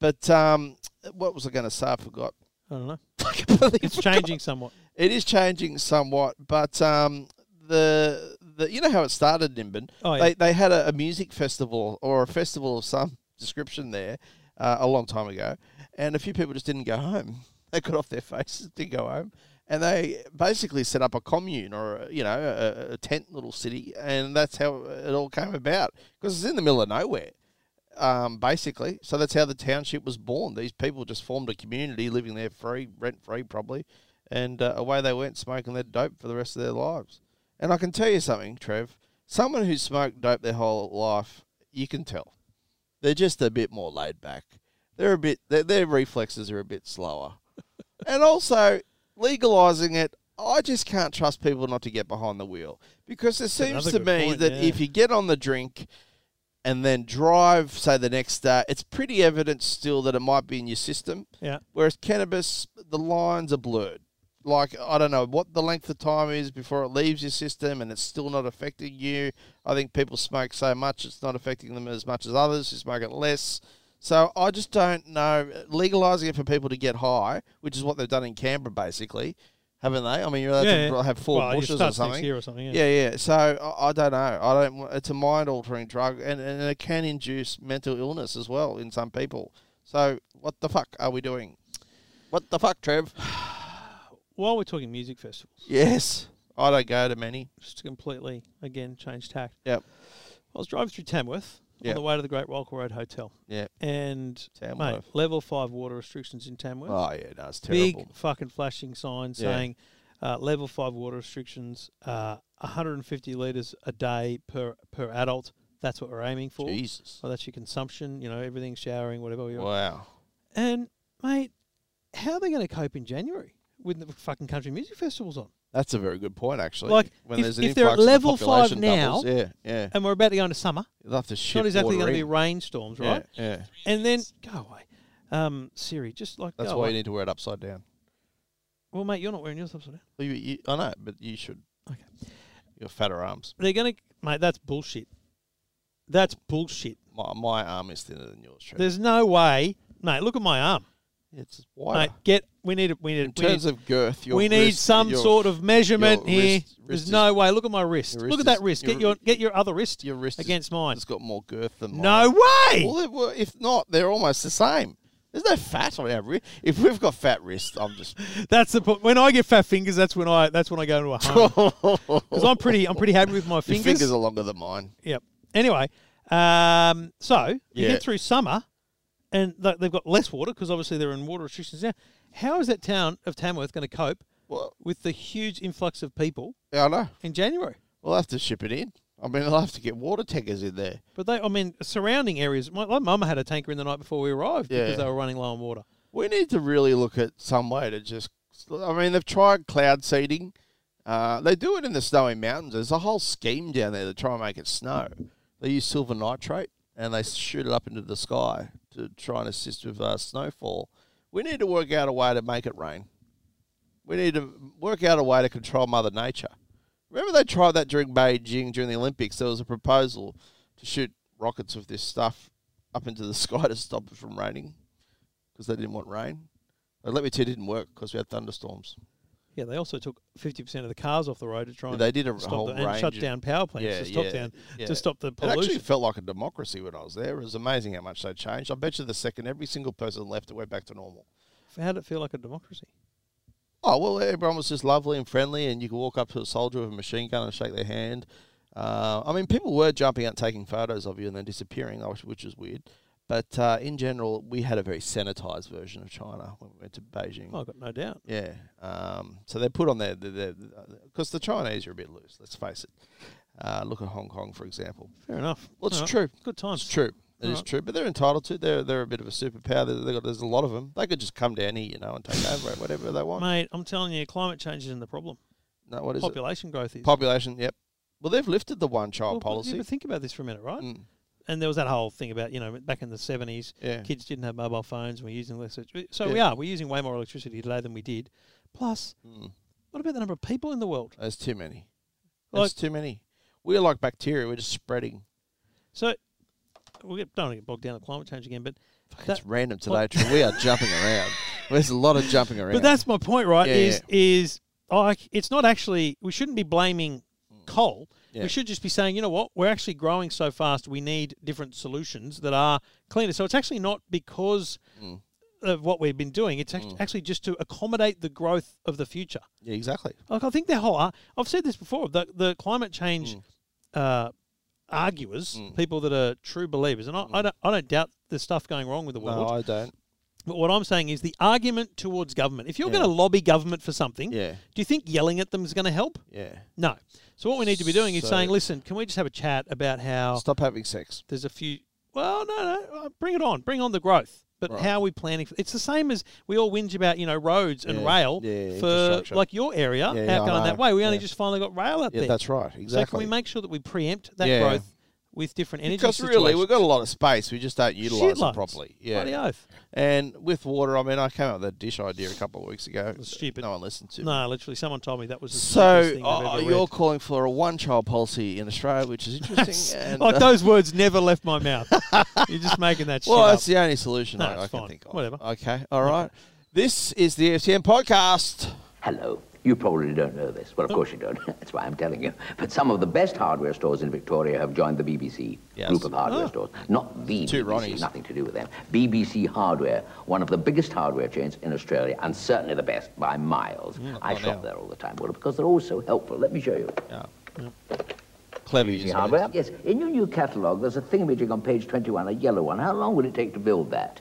But um, what was I going to say? I forgot.
I don't know.
I completely
It's
forgot.
changing somewhat.
It is changing somewhat, but um, the the you know how it started, Nimbin.
Oh, yeah.
They they had a, a music festival or a festival of some description there uh, a long time ago, and a few people just didn't go home. They got off their faces, didn't go home, and they basically set up a commune or a, you know a, a tent little city, and that's how it all came about because it's in the middle of nowhere um, basically. So that's how the township was born. These people just formed a community, living there free, rent free, probably, and uh, away they went, smoking their dope for the rest of their lives. And I can tell you something, Trev. Someone who's smoked dope their whole life, you can tell, they're just a bit more laid back. They're a bit. Their, their reflexes are a bit slower. and also legalizing it, I just can't trust people not to get behind the wheel because it seems
another
to
good
me
point,
that
yeah.
if you get on the drink and then drive, say the next day, it's pretty evident still that it might be in your system.
Yeah.
Whereas cannabis, the lines are blurred. Like I don't know what the length of time is before it leaves your system, and it's still not affecting you. I think people smoke so much; it's not affecting them as much as others who smoke it less. So I just don't know. Legalizing it for people to get high, which is what they've done in Canberra, basically, haven't they? I mean, you're allowed
Yeah,
to
yeah.
have four
Well, it
bushes or
starts next
something.
year or something, yeah.
yeah, yeah. So I, I don't know. I don't. wa- It's a mind-altering drug, and, and it can induce mental illness as well in some people. So what the fuck are we doing? What the fuck, Trev?
While we're talking music festivals,
Yes, I don't go to many.
just to completely again change tact.
Yep.
I was driving through Tamworth
Yeah.
on the way to the Great Walker Road Hotel,
Yeah.
and mate,
Tamworth.
level five water restrictions in Tamworth.
Oh yeah, no, it's
Big
terrible.
fucking flashing sign
Yeah.
saying uh, level five water restrictions, uh, 150 liters a day per per adult. That's what we're aiming for.
Jesus.
So that's your consumption. You know, everything, showering, whatever. we-
Wow.
And mate, how are they going to cope in January with the fucking country music festivals on?
That's a very good point, actually.
Like, if- if they're at
influx of
level five
population doubles,
now-
yeah, yeah,
And we're about to go into summer.
you'll have to
It's
ship
not exactly
water
going to be
in.
rainstorms, right?
Yeah, yeah.
And then go away, um, Siri. Just like
That's
go
why
away.
you need to wear it upside down.
Well, mate, you're not wearing yours upside down.
Well, you, you, I know, but you should.
Okay.
Your fatter arms.
They're going to, mate. That's bullshit. That's bullshit.
My, my arm is thinner than yours. Trev.
There's no way, mate. Look at my arm,
It's
mate.
wider.
Get we need it. We need
In
it. We
terms
need,
of girth, your
we need
wrist-
some
your-
sort of measurement
your
here.
wrist-
There's
wrist
no way. Look at my wrist.
your wrist
Look at that
is-
wrist. get
your-
your get your other wrist.
Your wrist is-
against mine.
It's got more girth than mine.
No way.
Well, it- well, if not, they're almost the same. There's no fat on our wrist. If we've got fat wrists, I'm just.
That's the point. When I get fat fingers, that's when I that's when I go into a home because I'm pretty I'm pretty happy with my
Your
fingers.
fingers are longer than mine.
Yep. Anyway, um, so you
Yeah.
get through summer, and th- they've got less water because obviously they're in water restrictions now. How is that town of Tamworth going to cope
Well,
with the huge influx of people
yeah, I know.
in January?
We'll have to ship it in. I mean, they'll have to get water tankers in there.
But they, I mean, surrounding areas. My, my mum had a tanker in the night before we arrived
Yeah.
because they were running low on water.
We need to really look at some way to just. I mean, they've tried cloud seeding. Uh, they do it in the snowy mountains. There's a whole scheme down there to try and make it snow. They use silver nitrate and they shoot it up into the sky to try and assist with uh, snowfall. We need to work out a way to make it rain. We need to work out a way to control Mother Nature. Remember they tried that during Beijing during the Olympics. There was a proposal to shoot rockets with this stuff up into the sky to stop it from raining because they didn't want rain. They let me tell you, it didn't work because we had thunderstorms.
Yeah, they also took fifty percent of the cars off the road to try and
They did a
stop
whole
the, and
range
shut
of-
down power plants
Yeah,
to stop
yeah,
down
yeah.
to stop the
It actually
pollution.
felt like a democracy when I was there. It was amazing how much they changed. I bet you the second every single person left, it went back to normal.
How did it feel like a democracy?
Oh well, everyone was just lovely and friendly, and you could walk up to a soldier with a machine gun and shake their hand. Uh, I mean, people were jumping out, taking photos of you, and then disappearing, which- which was weird. But uh, in general, we had a very sanitized version of China when we went to Beijing.
I've got no doubt.
Yeah. Um, so they put on their because the Chinese are a bit loose. Let's face it. Uh, look at Hong Kong, for example.
Fair enough.
Well, it's
All right.
true.
Good times.
It's true. It is
Alright.
true, but they're entitled to. They're they're a bit of a superpower. They- they got, there's a lot of them. They could just come down here, you know, and take over it, whatever they want.
Mate, I'm telling you, climate change isn't the problem.
no, what is it?
Population growth is.
Population. Yep. Well, they've lifted the one child
Well, but- yeah,
oh, policy.
but think about this for a minute, right?
Mm.
And there was that whole thing about you know back in the seventies,
Yeah.
kids didn't have mobile phones. and We're using less. electric- So
Yeah.
we are. We're using way more electricity today than we did. Plus,
Mm.
what about the number of people in the world?
There's too many.
Like-
There's too many. We're like bacteria. We're just spreading.
So we get, don't want to get bogged down in climate change again, but that,
It's random today. True. We are jumping around. There's a lot of jumping around.
but that's my point, right?
Yeah,
is is like it's not actually. We shouldn't be blaming coal.
Mm. Yeah.
We should just be saying, you know what? We're actually growing so fast. We need different solutions that are cleaner. So it's actually not because
Mm.
of what we've been doing. It's act- actually just to accommodate the growth of the future.
yeah, exactly.
Like I think the whole ar- I've said this before. The the climate change
Mm.
uh, arguers, people that are true believers, and I, I don't I don't doubt there's stuff going wrong with the world.
Mm. No, I don't.
But what I'm saying is the argument towards government. If you're going to lobby government for something,
Yeah.
do you think yelling at them is going to help?
Yeah.
No. So what we need to be doing is
So-
saying, listen, can we just have a chat about how
Stop having sex.
there's a few? Well, no, no, uh, bring it on, bring on the growth. but
Right.
how are we planning? For, it's the same as we all whinge about, you know, roads and
Yeah,
rail
yeah,
for
infrastructure.
like your area
Yeah,
out
yeah, I
going that
know.
way. We only
Yeah.
just finally got rail up
Yeah,
there.
that's right. Exactly.
So can we make sure that we preempt that
Yeah.
growth with different energy?
Because really, we've got a lot of space. We just don't utilise it
Shitloads.
properly. Yeah.
Bloody oath.
And with water, I mean, I came up with that dish idea a couple of weeks ago.
stupid.
No one listened to me.
No, literally, someone told me that was the stupidest
So
thing I've
uh,
ever
you're
read.
calling for a one-child policy in Australia, which is interesting. and,
like
uh,
those words never left my mouth. you're just making that shit
Well,
up.
that's the only solution
No,
I,
it's
I can
fine.
think of.
Whatever.
Okay. All right. This is the FCM podcast.
Hello. You probably don't know this. Well, of course you don't. That's why I'm telling you. But some of the best hardware stores in Victoria have joined the BBC
Yes.
group of hardware
Ah.
stores. Not the
Two
BBC,
Ronnies.
nothing to do with them. BBC Hardware, one of the biggest hardware chains in Australia, and certainly the best by miles. I
not
shop
now.
there all the time, well, because they're all so helpful. Let me show you.
Clever
BBC
use of
Hardware? Yes. In your new catalogue, there's a thingamajig on page 21, a yellow one. How long would it take to build that?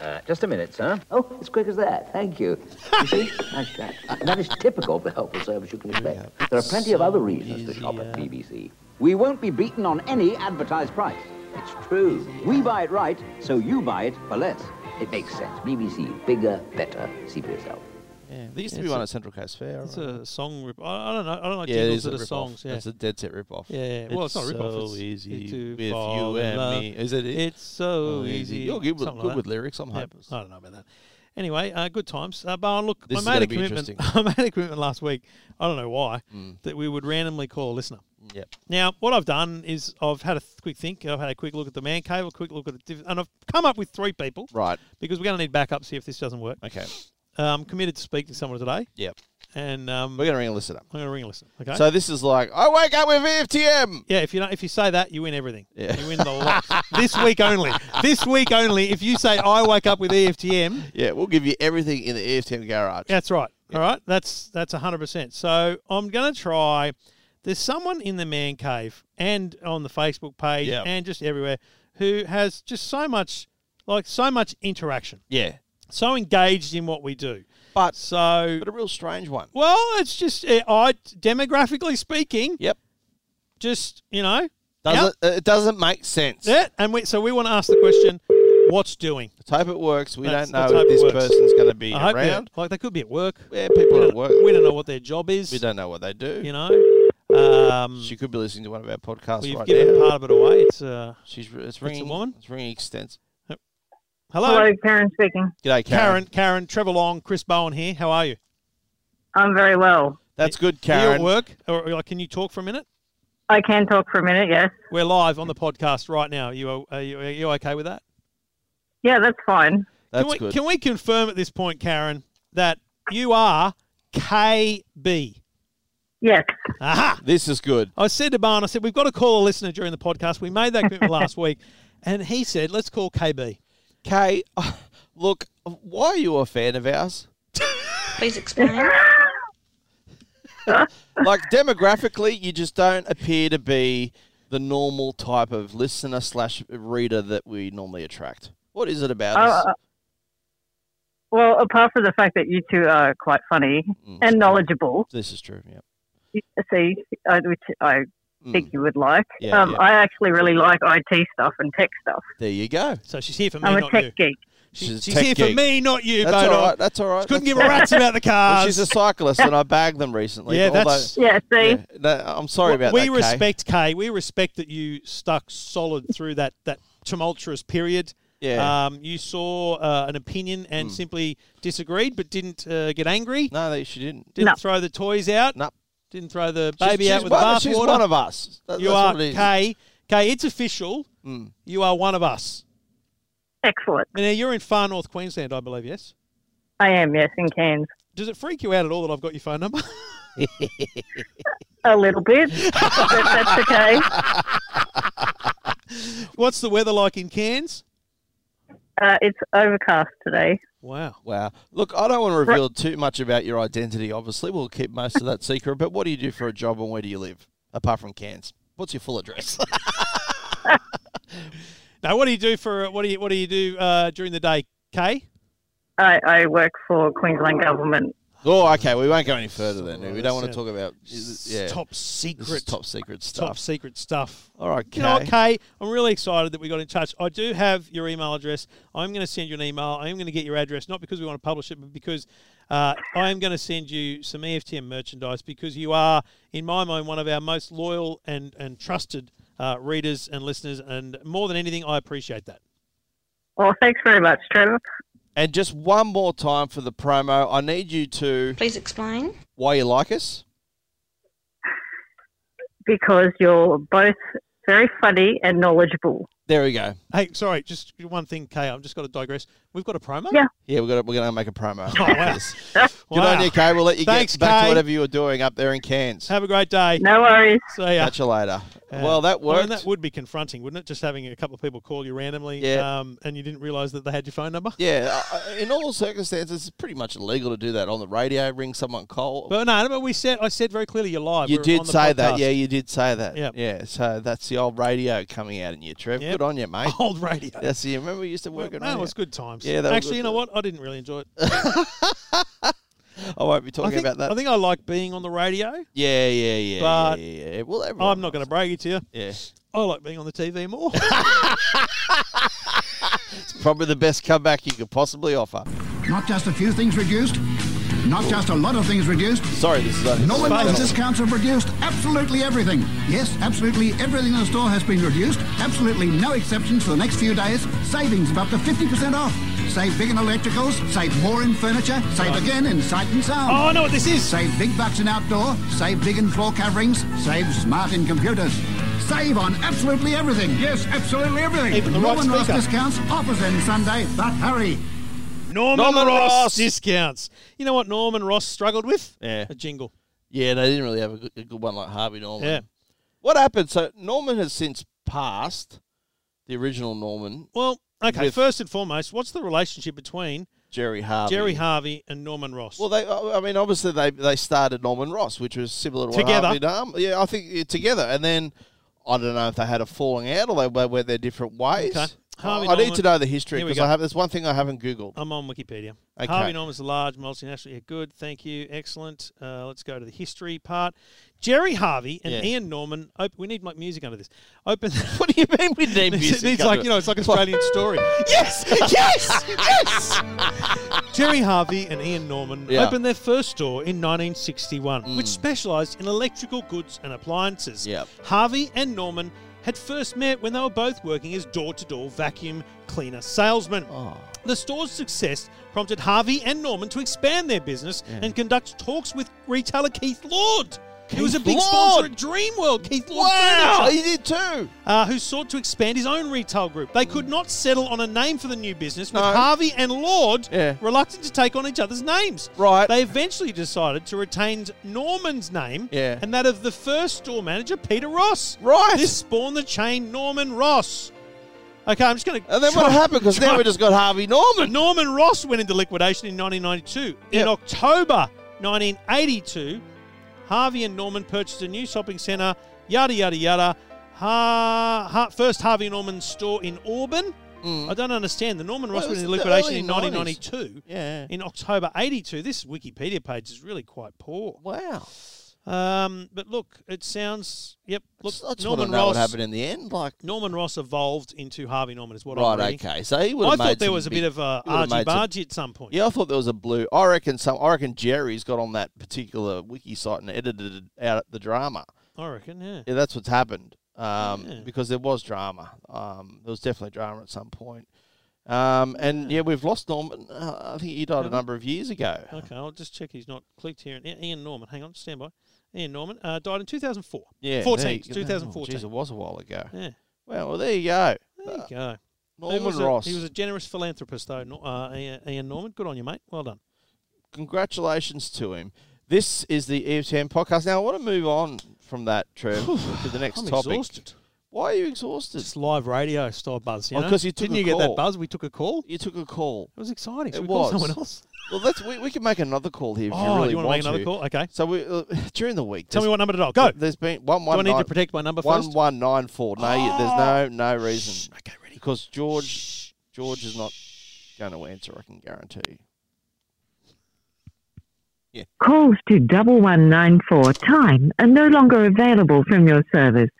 Uh, just a minute, sir. Oh, as quick as that. Thank you. You see? Nice try. And that is typical of the helpful service you can expect. There are plenty of other reasons to shop at BBC. We won't be beaten on any advertised price. It's true. We buy it right, so you buy it for less. It makes sense. BBC, bigger, better. See for yourself.
Yeah, there used to
it's
be one
a-
at Central Coast Fair.
It's
right?
a song rip. I, I don't know. I don't like
yeah, it
jingles
is a
that are
rip-off.
songs. Yeah.
It's a dead set rip-off.
yeah, yeah. Well, it's, not a rip-off.
so
it's,
easy
it's to
with
fall
you
in
and
love.
me. Is it? it?
It's so
Oh,
easy.
You're good with,
Something
good
like
with
that.
lyrics. I'm
Yep.
hoping.
I don't know about that. Anyway, uh, good times. Uh, Barn, look,
This is
I made
gonna be
a commitment. I
interesting. Mm.
made a commitment last week. I don't know why that we would randomly call a listener.
Yep.
Now, what I've done is I've had a th- quick think. I've had a quick look at the man cave, a quick look at the, diff- and I've come up with three people
Right.
because we're going to need backups here if this doesn't work.
Okay.
Um, committed to speak to someone today,
Yep.
and um,
We're
I'm
going to ring a listener.
going to ring a listener. Okay.
So this is like, I wake up with E EFTM.
Yeah, if you don't, if you say that, you win everything.
Yeah.
You win the lot. this week only. This week only. If you say I wake up with E EFTM,
Yeah, we'll give you everything in the E EFTM garage.
that's right. All right, that's that's hundred percent. So I'm gonna try. There's someone in the man cave and on the Facebook page
Yeah.
and just everywhere who has just so much, like so much interaction,
Yeah.
so engaged in what we do.
But,
So
but a real strange one.
well, it's just eh, I demographically speaking,
Yep.
just you know,
Does it, it doesn't make sense.
yeah, and we, so we want to ask the question, what's doing?
Let's hope it works. We
Let's-
don't know if
let's hope it
this
works.
person's going to be
I hope they're-
around.
Like they could be at work.
Yeah, people are at work.
We don't know what their job is.
We don't know what they do.
You know. Um,
She could be listening to one of our podcasts
well, you've
right
given
now.
part of it away. It's uh,
She's re- it's ringing.
woman?
It's ringing extensive.
hello,
Hello, Karen speaking.
G'day, Karen.
Karen. Karen, Trevor Long, Chris Bowen here. How are you?
I'm very well.
That's good,
Are you at
Karen.
work? Or, or, like, can you talk for a minute?
I can talk for a minute, yes.
We're live on the podcast right now. Are you o- are you, are you okay with that?
Yeah, that's fine.
That's
can we
good.
can we confirm at this point, Karen, that you are KB?
Yes.
Aha!
this is good.
I said to Barn, I said we've got to call a listener during the podcast. We made that commitment last week, and he said let's call KB.
Kay, uh, look, why are you a fan of ours?
Please explain.
Like demographically, you just don't appear to be the normal type of listener slash reader that we normally attract. What is it about us?
Uh, well, apart from the fact that you two are quite funny
Mm.
and knowledgeable,
This is true. Yeah.
you see, uh, which I
Mm.
think you would like.
Yeah,
um,
yeah.
I actually really like IT stuff and tech stuff.
There you go.
So she's here for me,
I'm a
not
tech
you.
geek.
She-
She's a
she's
tech
here for
geek.
me, not you,
That's
Bodon.
all right. That's all right.
Couldn't
That's
give a rat's about the
Well,
cars.
she's a cyclist, and I bagged them recently.
Yeah,
although-
that's-
Yeah, see?
yeah, no, I'm sorry about
we
that. Kay.
respect Kay. We respect that you stuck solid through that that tumultuous period.
Yeah. Hmm.
Um, you saw uh, an opinion and simply disagreed, but didn't uh, get angry.
No, they, she didn't.
Didn't
No.
throw the toys out.
No.
Didn't throw the
She's-
baby
she's
out with
one,
the bathwater.
She's one of us. That-
you
that's
are
what it is. Hmm.
Kay. Kay, it's official. You are one of us.
Excellent.
And now you're in far north Queensland, I believe. Yes.
I am, yes, in Cairns.
Does it freak you out at all that I've got your phone number?
A little bit, but that's okay.
What's the weather like in Cairns?
Uh, it's overcast today.
Wow.
Wow. Look, I don't want to reveal too much about your identity, obviously. We'll keep most of that secret. But what do you do for a job and where do you live, apart from Cairns? What's your full address?
Now, what do you do for what do you what do you do uh, during the day, Kay?
I, I work for Queensland Government
Oh, okay. We won't go any further then. we don't want to
That's
talk
it.
about
S-
yeah.
top
This is
secret,
top secret stuff.
top secret stuff.
All right,
You know,
Kay.
okay. I'm really excited that we got in touch. I do have your email address. I'm going to send you an email. I am going to get your address, not because we want to publish it, but because uh, I am going to send you some E EFTM merchandise because you are, in my mind, one of our most loyal and and trusted uh, readers and listeners. And more than anything, I appreciate that.
Well, thanks very much, Trevor.
And just one more time for the promo. I need you to
Please explain.
why you like us.
Because you're both very funny and knowledgeable.
There we go.
Hey, sorry, just one thing, Kay. I've just got to digress. We've got a promo.
Yeah.
Yeah, we're gonna we're gonna make a promo.
Oh, wow.
Good on you, Kay. We'll let you
Thanks,
get back
Kay.
to whatever you were doing up there in Cairns.
Have a great day.
No worries.
See ya.
Catch you later.
Uh,
well, that
I mean,
worked.
that would be confronting, wouldn't it? Just having a couple of people call you randomly,
Yeah.
um, and you didn't realise that they had your phone number.
yeah, I- I- in all circumstances, it's pretty much illegal to do that on the radio. Ring someone cold.
But no, no, but we said I said very clearly you're live.
You
We're on
did
the
say that.
podcast.
Yeah, you did say that.
Yep.
Yeah, so that's the old radio coming out in you, Trev.
Yep.
Good on you, mate.
Old radio.
That's you. Remember we used to
Well,
work at
no,
radio?
it was good times.
Yeah, they were
actually,
good
you know what? I didn't really enjoy it.
I won't be talking
I think,
about that.
I think I like being on the radio,
yeah, yeah, yeah,
But
yeah, yeah, yeah. Well, everyone
I'm not going to brag it to you.
Yeah,
I like being on the TV more. Oh,
it's probably the best comeback you could possibly offer.
Not just a few things reduced, not just a lot of things reduced.
Sorry, this is
No one knows
Space.
discounts have reduced absolutely everything. Yes, absolutely everything in the store has been reduced. Absolutely no exceptions for the next few days. Savings of up to 50% off. Save big in electricals, save more in furniture, save again in sight and sound.
Oh, I know what this is.
Save big bucks in outdoor, save big in floor coverings, save smart in computers. Save on absolutely everything. Yes, absolutely everything.
Even the right
Norman Ross
speaker.
discounts offers end Sunday, but hurry.
Norman,
Norman
Ross.
Ross.
discounts. You know what Norman Ross struggled with?
Yeah.
A jingle.
Yeah, they didn't really have a good, a good one like Harvey Norman.
Yeah.
What happened? So Norman has since passed. The original Norman,
Well, okay.
With-
first and foremost, what's the relationship between
Jerry Harvey.
Jerry Harvey and Norman Ross?
Well, they. I I mean, obviously they they started Norman Ross, which was similar to
Together.
What Harvey Norm- yeah, I think yeah, together, and then I don't know if they had a falling out or they went- went their different ways.
Okay. Harvey
I, I need
Norman-
to know the history
Here we
because
go. Oh,
I have. There's one thing I haven't googled.
I'm on Wikipedia.
Okay.
Harvey Norman's a large multinational. Yeah, good. Thank you. Excellent. Uh, let's go to the history part. Jerry Harvey and
Yeah.
Ian Norman. Op- we need like music under this. Open.
What do you mean we need music?
It's, it's
under
like
it?
you know, it's like Australian story. Yes, yes, yes. Jerry Harvey and Ian Norman
Yeah. Mm.
opened their first store in 1961, which specialised in electrical goods and appliances.
Yep.
Harvey and Norman had first met when they were both working as door-to-door vacuum cleaner salesmen.
Oh,
The store's success prompted Harvey and Norman to expand their business and conduct talks with retailer Keith Lord. who was a
Keith
big
Lord.
sponsor at Dreamworld, Keith Lord.
Wow,
Furniture
he did too.
uh, who sought to expand his own retail group. They could not settle on a name for the new business, with
No.
Harvey and Lord
Yeah.
reluctant to take on each other's names.
Right.
They eventually decided to retain Norman's name
Yeah.
and that of the first store manager, Peter Ross.
Right.
This spawned the chain Norman Ross. Okay, I'm just going to.
And then what happened? Because now we just got Harvey Norman.
Norman Ross went into liquidation in 1992.
Yep.
In October 1982, Harvey and Norman purchased a new shopping centre, yada, yada, yada. Ha, ha, first Harvey Norman store in Auburn. I don't understand. The Norman
Mm.
Ross
Well,
went
it
into
was the
liquidation
early
in
90s.
1992.
Yeah.
In October 82. This Wikipedia page is really quite poor.
Wow.
Um, but look, it sounds. Yep.
I
Look,
just want to
Norman
know
Ross.
what happened in the end. Like,
Norman Ross evolved into Harvey Norman, is what I'm
right?
reading.
Okay. So he would.
I
have
thought
made
there
some
was a
big-
bit of a
he would've
argy
made some
bargy at some point.
Yeah, I thought there was a blue. I reckon some. I reckon Jerry's got on that particular wiki site and edited it out the drama.
I reckon, yeah.
Yeah, that's what's happened. Um,
Yeah.
Because there was drama. Um, there was definitely drama at some point. Um, and yeah, we've lost Norman. Uh, I think he died a number of years ago.
Okay, I'll just check he's not clicked here. I- Ian Norman, hang on, stand by. Ian Norman uh, died in 2004.
Yeah,
14,
there you go. Oh,
2014.
Geez, it was a while ago.
yeah,
Well, well, there you go.
there you
Uh,
go.
Norman
he was
Ross.
A, he was a generous philanthropist, though. Nor- Uh, Ian Ian Norman, good on you, mate. Well done.
Congratulations to him. This is the EFTM podcast. Now I want to move on from that, Trev, to the next
I'm
topic.
exhausted.
Why are you exhausted?
It's live radio style buzz. You
Oh,
know?
'cause you took
didn't
a
you get
call.
that buzz? We took a call.
You took a call.
It was exciting.
It
Should we call
was.
someone else?
Well, let's we, we can make another call here. If
oh,
you really
you
want
want to make another call? Okay.
So we uh, during the week.
Tell me
there's-
what number to dial. Go.
There's been one
Do I
one.
need
nine-
to protect my number
one
first? Ah,
one nine four. No, you- there's no no reason.
Okay, ready.
Because George George is not going to answer. I can guarantee.
Calls to 1194 time are no longer available from your service.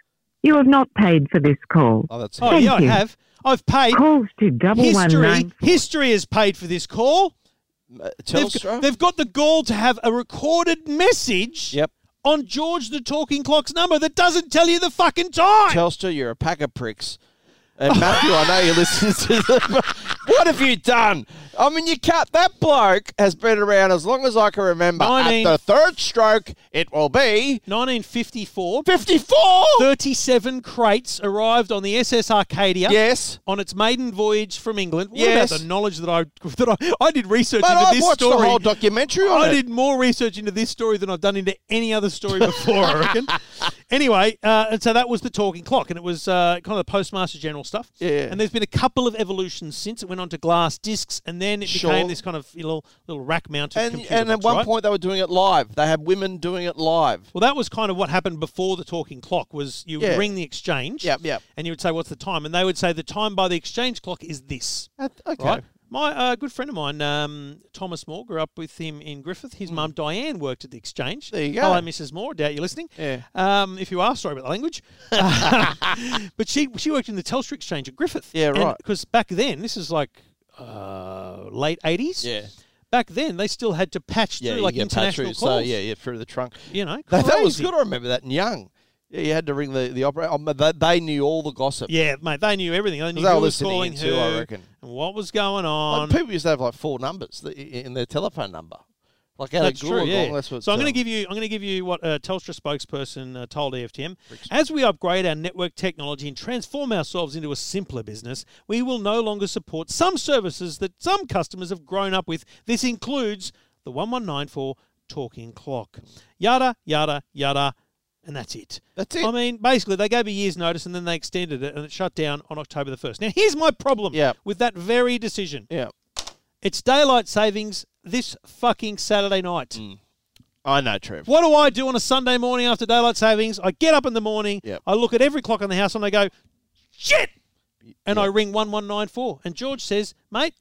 You have not paid for this call.
Oh, that's
Oh,
Thank
yeah, I
you.
have. I've paid.
Calls to double one
History,
nine-
history has paid for this call. They've,
Telstra?
they've got the gall to have a recorded message
Yep.
on George the Talking Clock's number that doesn't tell you the fucking time.
Telstra, you're a pack of pricks. And Matthew, I know you listen to them. What have you done? I mean, you can't. That bloke has been around as long as I can remember.
Nineteen-
At the third stroke, it will be
1954.
54?
37 crates arrived on the SS Arcadia.
Yes.
On its maiden voyage from England. What
Yes.
about the knowledge that I that I, I did research
Mate,
into
I
this
watched the
story?
whole documentary on
I
it.
did more research into this story than I've done into any other story before, I reckon. Anyway, uh, and so that was the talking clock, and it was uh, kind of the Postmaster General stuff.
Yeah.
And there's been a couple of evolutions since it went onto glass discs, and then it
Sure.
became this kind of little little rack mounted.
And, and at one point, they were doing it live. They had women doing it live.
Well, that was kind of what happened before the talking clock was you would
Yeah.
ring the exchange.
Yep, yep.
And you would say, what's the time? And they would say, the time by the exchange clock is this.
okay.
Right? My uh, good friend of mine, um, Thomas Moore, grew up with him in Griffith. His mum, Diane, worked at the exchange. There
Hmm. you go.
Hello, Mrs. Moore. Doubt you're listening.
Yeah.
Um, if you are, sorry about the language. but she she worked in the Telstra exchange at Griffith.
Yeah, right.
Because back then, this is like uh, late 80s.
Yeah.
Back then, they still had to patch
Yeah,
through
you
like
get
international
Patrick,
calls.
So, yeah, yeah, through the trunk.
You know,
that, that was
crazy.
good. I remember that. And young. Yeah, you had to ring the, the operator. Oh, but they, they knew all the gossip.
Yeah, mate, they knew everything. They knew
they were
who was
listening
calling
in too,
who,
I reckon.
and what was going on.
Like, people used to have like four numbers th- in their telephone number. Like out
that's
of
true.
Goolagong,
Yeah.
that's what
so I'm going
um,
to give you. I'm going to give you what a Telstra spokesperson uh, told EFTM. As we upgrade our network technology and transform ourselves into a simpler business, we will no longer support some services that some customers have grown up with. This includes the 1194 talking clock. Yada yada yada. And that's it.
That's it.
I mean, basically, they gave a year's notice and then they extended it and it shut down on October the 1st. Now, here's my problem with that very decision.
Yeah.
It's daylight savings this fucking Saturday night.
I know, Trev.
What do I do on a Sunday morning after daylight savings? I get up in the morning,
Yep.
I look at every clock in the house, and I go, shit! And I ring 1194. And George says, mate,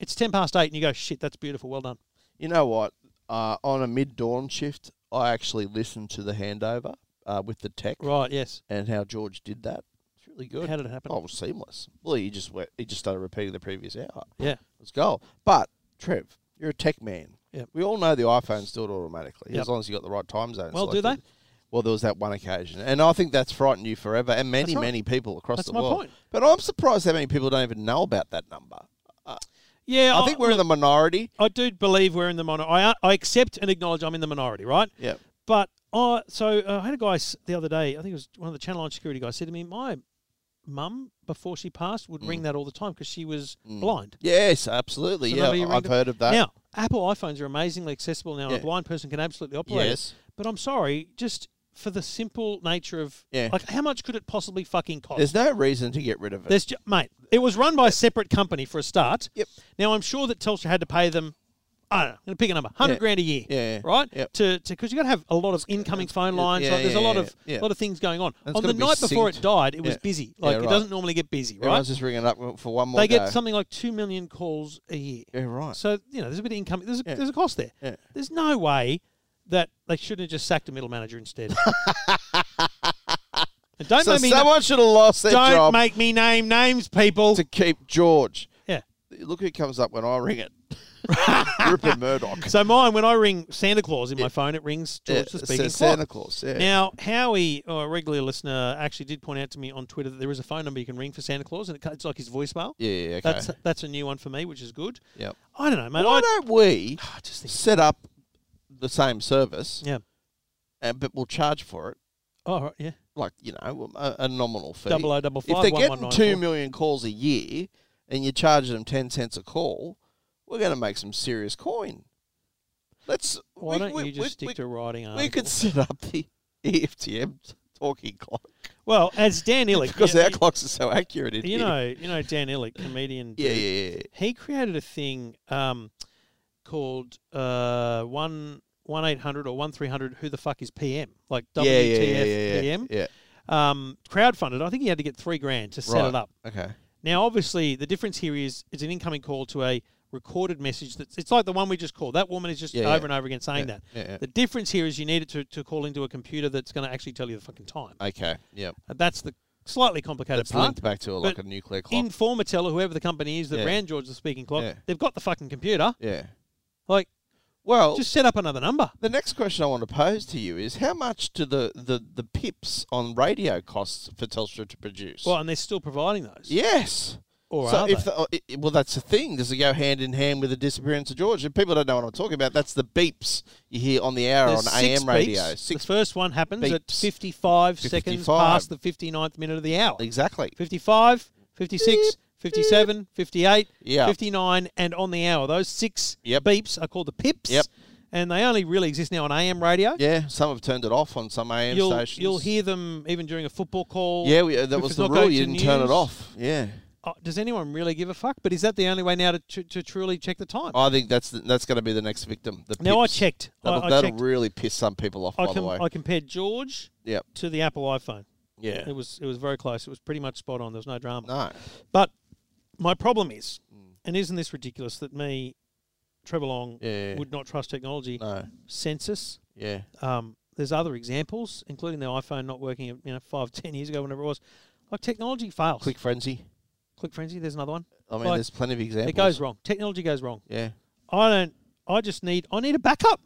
it's 10 past 8. And you go, shit, that's beautiful. Well done.
You know what? Uh, on a mid dawn shift, I actually listened to the handover uh, with the tech.
Right, yes.
And how George did that. It's really good.
How did it happen?
Oh, it was seamless. Well, he just went, he just started repeating the previous hour.
Yeah.
Let's go. But, Trev, you're a tech man.
Yep.
We all know the iPhones do it automatically
Yep.
as long as you've got the right time zone.
Well, do
selected. Well, there was that one occasion. And I think that's frightened you forever and many,
That's right.
many people across
That's
the
my
world.
point.
But I'm surprised how many people don't even know about that number.
Yeah,
I think we're in the minority.
I do believe we're in the minority. I, I accept and acknowledge I'm in the minority, right?
Yeah.
But I so uh, I had a guy s- the other day. I think it was one of the Channel Nine security guys said to me, "My mum before she passed
Mm.
would ring that all the time because she was blind."
Yes, absolutely.
So
yeah,
nobody rang
I've
the-
heard of that.
Now, Apple iPhones are amazingly accessible now, and
Yeah.
a blind person can absolutely operate. it.
Yes.
But I'm sorry, just for the simple nature of
Yeah.
like, how much could it possibly fucking cost?
There's no reason to get rid of it.
There's ju- mate, it was run by a separate company for a start. Yep. Now I'm sure that Telstra had to pay them. I don't know. I'm going to pick a number, hundred
Yeah.
grand a year.
Yeah, yeah.
Right. To to because you got to have a lot of incoming phone lines.
yeah,
like, there's a
yeah,
lot
yeah,
of
yeah.
lot of things going on.
And it's
on
gotta
the
be
night before
synced.
it died, it was
Yeah.
busy.
Yeah,
Like it
right.
doesn't normally get busy. Right.
Everyone's just ringing up for one more
they
go.
get something like two million calls a year.
Yeah, right.
So you know, there's a bit of income. There's a,
Yeah.
there's a cost there.
Yeah.
There's no way that they shouldn't have just sacked a middle manager instead. And don't
so
make me na-
someone should have lost their
don't
job
make me name names, people.
to keep George.
Yeah.
Look who comes up when I ring it. Rupert Murdoch.
So mine, when I ring Santa Claus in my phone, it rings George
Yeah,
the
it
Speaking
says
Clock.
Santa Claus, yeah.
Now, Howie, or a regular listener, actually did point out to me on Twitter that there is a phone number you can ring for Santa Claus, and it, co- it's like his voicemail.
Yeah, yeah, okay.
That's that's a new one for me, which is good.
Yep.
I don't know, mate.
Why
I,
don't we set up the same service?
Yeah.
And, but we'll charge for it.
Oh, right, yeah.
Like, you know, um, a, a nominal fee.
Double O double
If
five
they're
one one
getting
nine
2
four.
million calls a year and you charge them 10 cents a call, we're going to make some serious coin. Let's.
Why
we-
don't
we-
you just
we-
stick
we-
to writing
We could
articles?
set up the E EFTM talking clock.
Well, as Dan Illick,
because
you-
our clocks are so accurate in
you
here.
know, you know Dan Illick, comedian.
Yeah,
dude,
yeah, yeah.
He created a thing um, called uh, one one eight hundred or one three hundred. Who the fuck is PM? Like
Yeah,
WTF
yeah, yeah, yeah, yeah,
PM.
yeah.
Um, crowdfunded. I think he had to get three grand to set
Right,
it up.
okay.
Now, obviously, the difference here is it's an incoming call to a recorded message that's it's like the one we just called. That woman is just
Yeah,
over
yeah.
and over again saying
Yeah,
that.
yeah, yeah.
The difference here is you need it to, to call into a computer that's going to actually tell you the fucking time.
Okay. Yep.
Uh, That's the slightly complicated
That's
part.
linked back to, like,
But
a nuclear clock.
In Formatella, whoever the company is that
Yeah.
ran George the Speaking Clock,
Yeah.
they've got the fucking computer.
Yeah.
Like,
well,
just set up another number.
The next question I want to pose to you is how much do the, the, the pips on radio costs for Telstra to produce?
Well, and they're still providing those.
Yes.
Or
so
are
if
they?
the, oh, i- i- well, that's the thing. Does it go hand in hand with the disappearance of George? If people don't know what I'm talking about, that's the beeps you hear on the hour
There's
on
six
AM radio.
beeps.
Six
the first one happens at
beeps.
55 seconds
55.
past the 59th minute of the hour.
Exactly.
55, 56, 57, 58,
Yeah.
59, and on the hour. Those six beeps are called the pips.
Yep.
And they only really exist now on AM radio.
Yeah, some have turned it off on some AM
You'll,
stations.
you'll hear them even during a football call.
yeah, we, uh, that
If
was
it's
the
not going
rule. You
to
didn't turn it
news.
off. Yeah.
Oh, does anyone really give a fuck? But is that the only way now to, to, to truly check the time?
I think that's the, that's going to be the next victim. The
Now, I
pips.
checked. I-
That'll,
I
that'll
checked.
really piss some people off. by
I, com-
the way,
I compared George
Yep.
to the Apple iPhone.
Yeah.
It was it was very close. It was pretty much spot on. There was no drama.
No.
But my problem is, and isn't this ridiculous that me, Trevor Long,
Mm. Yeah.
would not trust technology?
No.
Census.
Yeah.
Um, there's other examples, including the iPhone not working, you know, five, ten years ago, whenever it was. Like technology fails.
Click frenzy.
Click frenzy. There's another one.
I mean,
Like,
there's plenty of examples.
It goes wrong. Technology goes wrong.
Yeah.
I don't. I just need. I need a backup.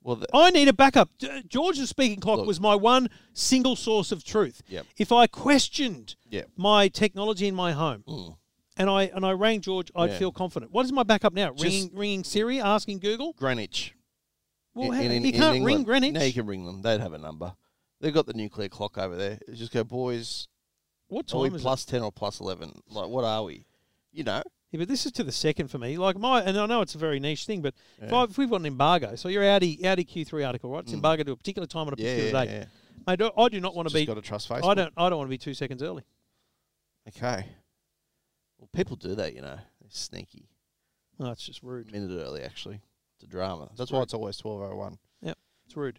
Well, the,
I need a backup. D- George's speaking clock was my one single source of truth.
Yep.
If I questioned
Yep.
my technology in my home,
mm,
and I and I rang George, I'd
Yeah.
feel confident. What is my backup now?
Just-
ringing, ringing Siri, asking Google.
Greenwich. In-
Well, how-
in- in-
you
in
can't ring
England.
Greenwich.
No, you can ring them. They'd have a number. They've got the nuclear clock over there. It's Just go, boys.
What
Are we
time is it?"
plus ten or plus eleven? Like, what are we? You know.
Yeah, but this is to the second for me. Like my, and I know it's a very niche thing, but
Yeah.
if,
Mm.
I, if we've got an embargo, so your Audi Audi Q3 article, right? It's embargoed to a particular time on a
Yeah, yeah,
particular date.
yeah.
Mate, I do- I do not want to
Just
be.
gotta trust
I
Facebook.
don't. I don't want to be two seconds early.
Okay. Well, people do that, you know. They're sneaky.
No, it's just rude.
A minute early, actually. It's a drama. That's why it's always twelve oh one.
Yep, it's rude.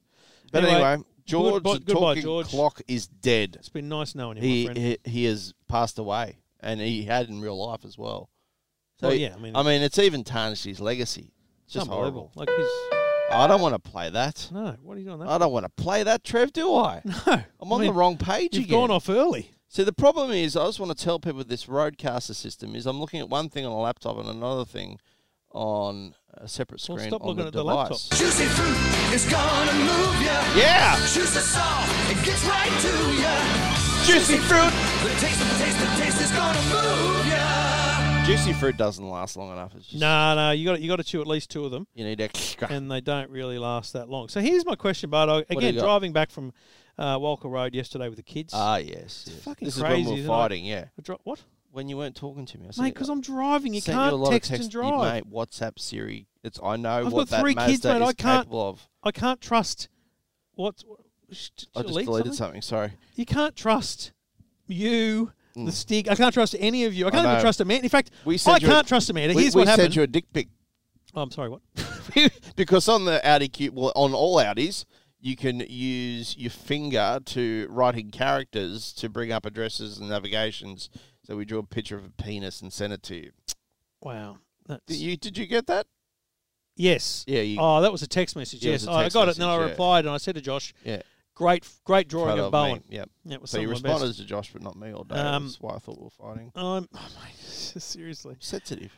But anyway, George,
goodbye-
the
goodbye,
talking
George.
clock is dead. It's
been nice knowing you, my
He,
friend.
he he has passed away, and he had in real life as well.
Well,
he-
Oh, yeah, I mean-
I mean, it's even tarnished his legacy. It's
It's
just
unbelievable.
horrible.
Like he's
I don't want to play that.
no. What are you doing? That
I don't want to play that, Trev. Do I? No. Uh, I'm on
mean,
the wrong page
you've
again.
gone off early.
See, the problem is, I just want to tell people this roadcaster system is I'm looking at one thing on a laptop and another thing on a separate screen
Well, stop
on
looking
the
at the
device.
laptop.
Juicy fruit is gonna move ya.
Yeah.
Choose the salt, it gets right to ya.
Juicy fruit.
The taste, the taste, the taste is gonna move ya.
Juicy fruit doesn't last long enough. It's just,
No, no, you got you got to chew at least two of them,
You need extra.
and they don't really last that long. So here's my question, Bardo.
you
Again,
got?
driving back from uh, Walker Road yesterday with the kids.
Ah, yes. yes.
fucking
this
crazy,
is when we
isn't
were
it?
fighting, yeah.
I dro- what?
When you weren't talking to me. I uh,
Mate, because I'm driving. You can't text, and drive.
Mate, WhatsApp, Siri. It's, I know
I've
what
got three
that
kids,
Mazda
mate. I
is
can't.
capable of.
I can't trust what.
I just deleted something, sorry.
You can't trust you, the stick. I can't trust any of you. I can't even
Hmm. know.
trust Amanda. In fact,
We
I
sent you a-
can't trust Amanda.
we-
Here's
we
what happened.
sent you a dick pic.
Oh, I'm sorry. What?
because on the Audi Q, well, on all Audis, you can use your finger to write in characters to bring up addresses and navigations. So we drew a picture of a penis and sent it to you.
Wow. That's...
Did you, did you get that?
Yes.
Yeah, you-
oh, that was a text message.
Yeah, it
Yes, Oh,
was a
I
text
got it. And then I
message, yeah.
replied and I said to Josh,
Yeah.
great, great drawing
Photo
of Bowen.
me, Yep.
Yeah, it was
so you
some of my best.
responded to Josh, but not me all day.
Um,
That's why I thought we were fighting.
Um, oh my, seriously.
Sensitive.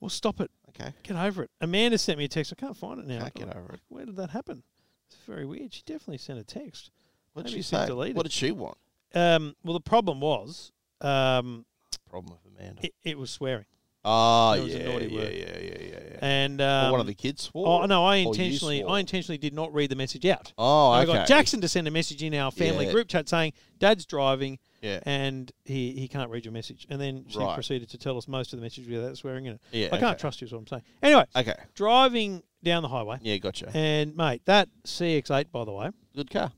Well, stop it.
Okay.
Get over it. Amanda sent me a text. I can't find it now.
Can't get
Like,
over it.
Where did that happen? It's very weird. She definitely sent a text.
What did
Maybe
she
it's been
say?
deleted.
What did she want?
Um, well, the problem was, um,
Problem with Amanda.
it, it was swearing.
Oh,
That was a
yeah,
naughty
yeah,
word.
yeah, yeah, yeah, yeah.
And
Or
um,
one of the kids swore.
Oh no, I
Or you
intentionally,
swore.
I intentionally did not read the message out.
Oh,
I got
okay.
Jackson to send a message in our family
Yeah.
group chat saying, "Dad's driving,
Yeah.
and he, he can't read your message." And then she
Right.
proceeded to tell us most of the message without swearing in it.
Yeah,
I can't
okay.
trust you, is what I'm saying. Anyway,
Okay.
driving down the highway.
Yeah, gotcha.
And mate, that CX-8, by the way,
Good car.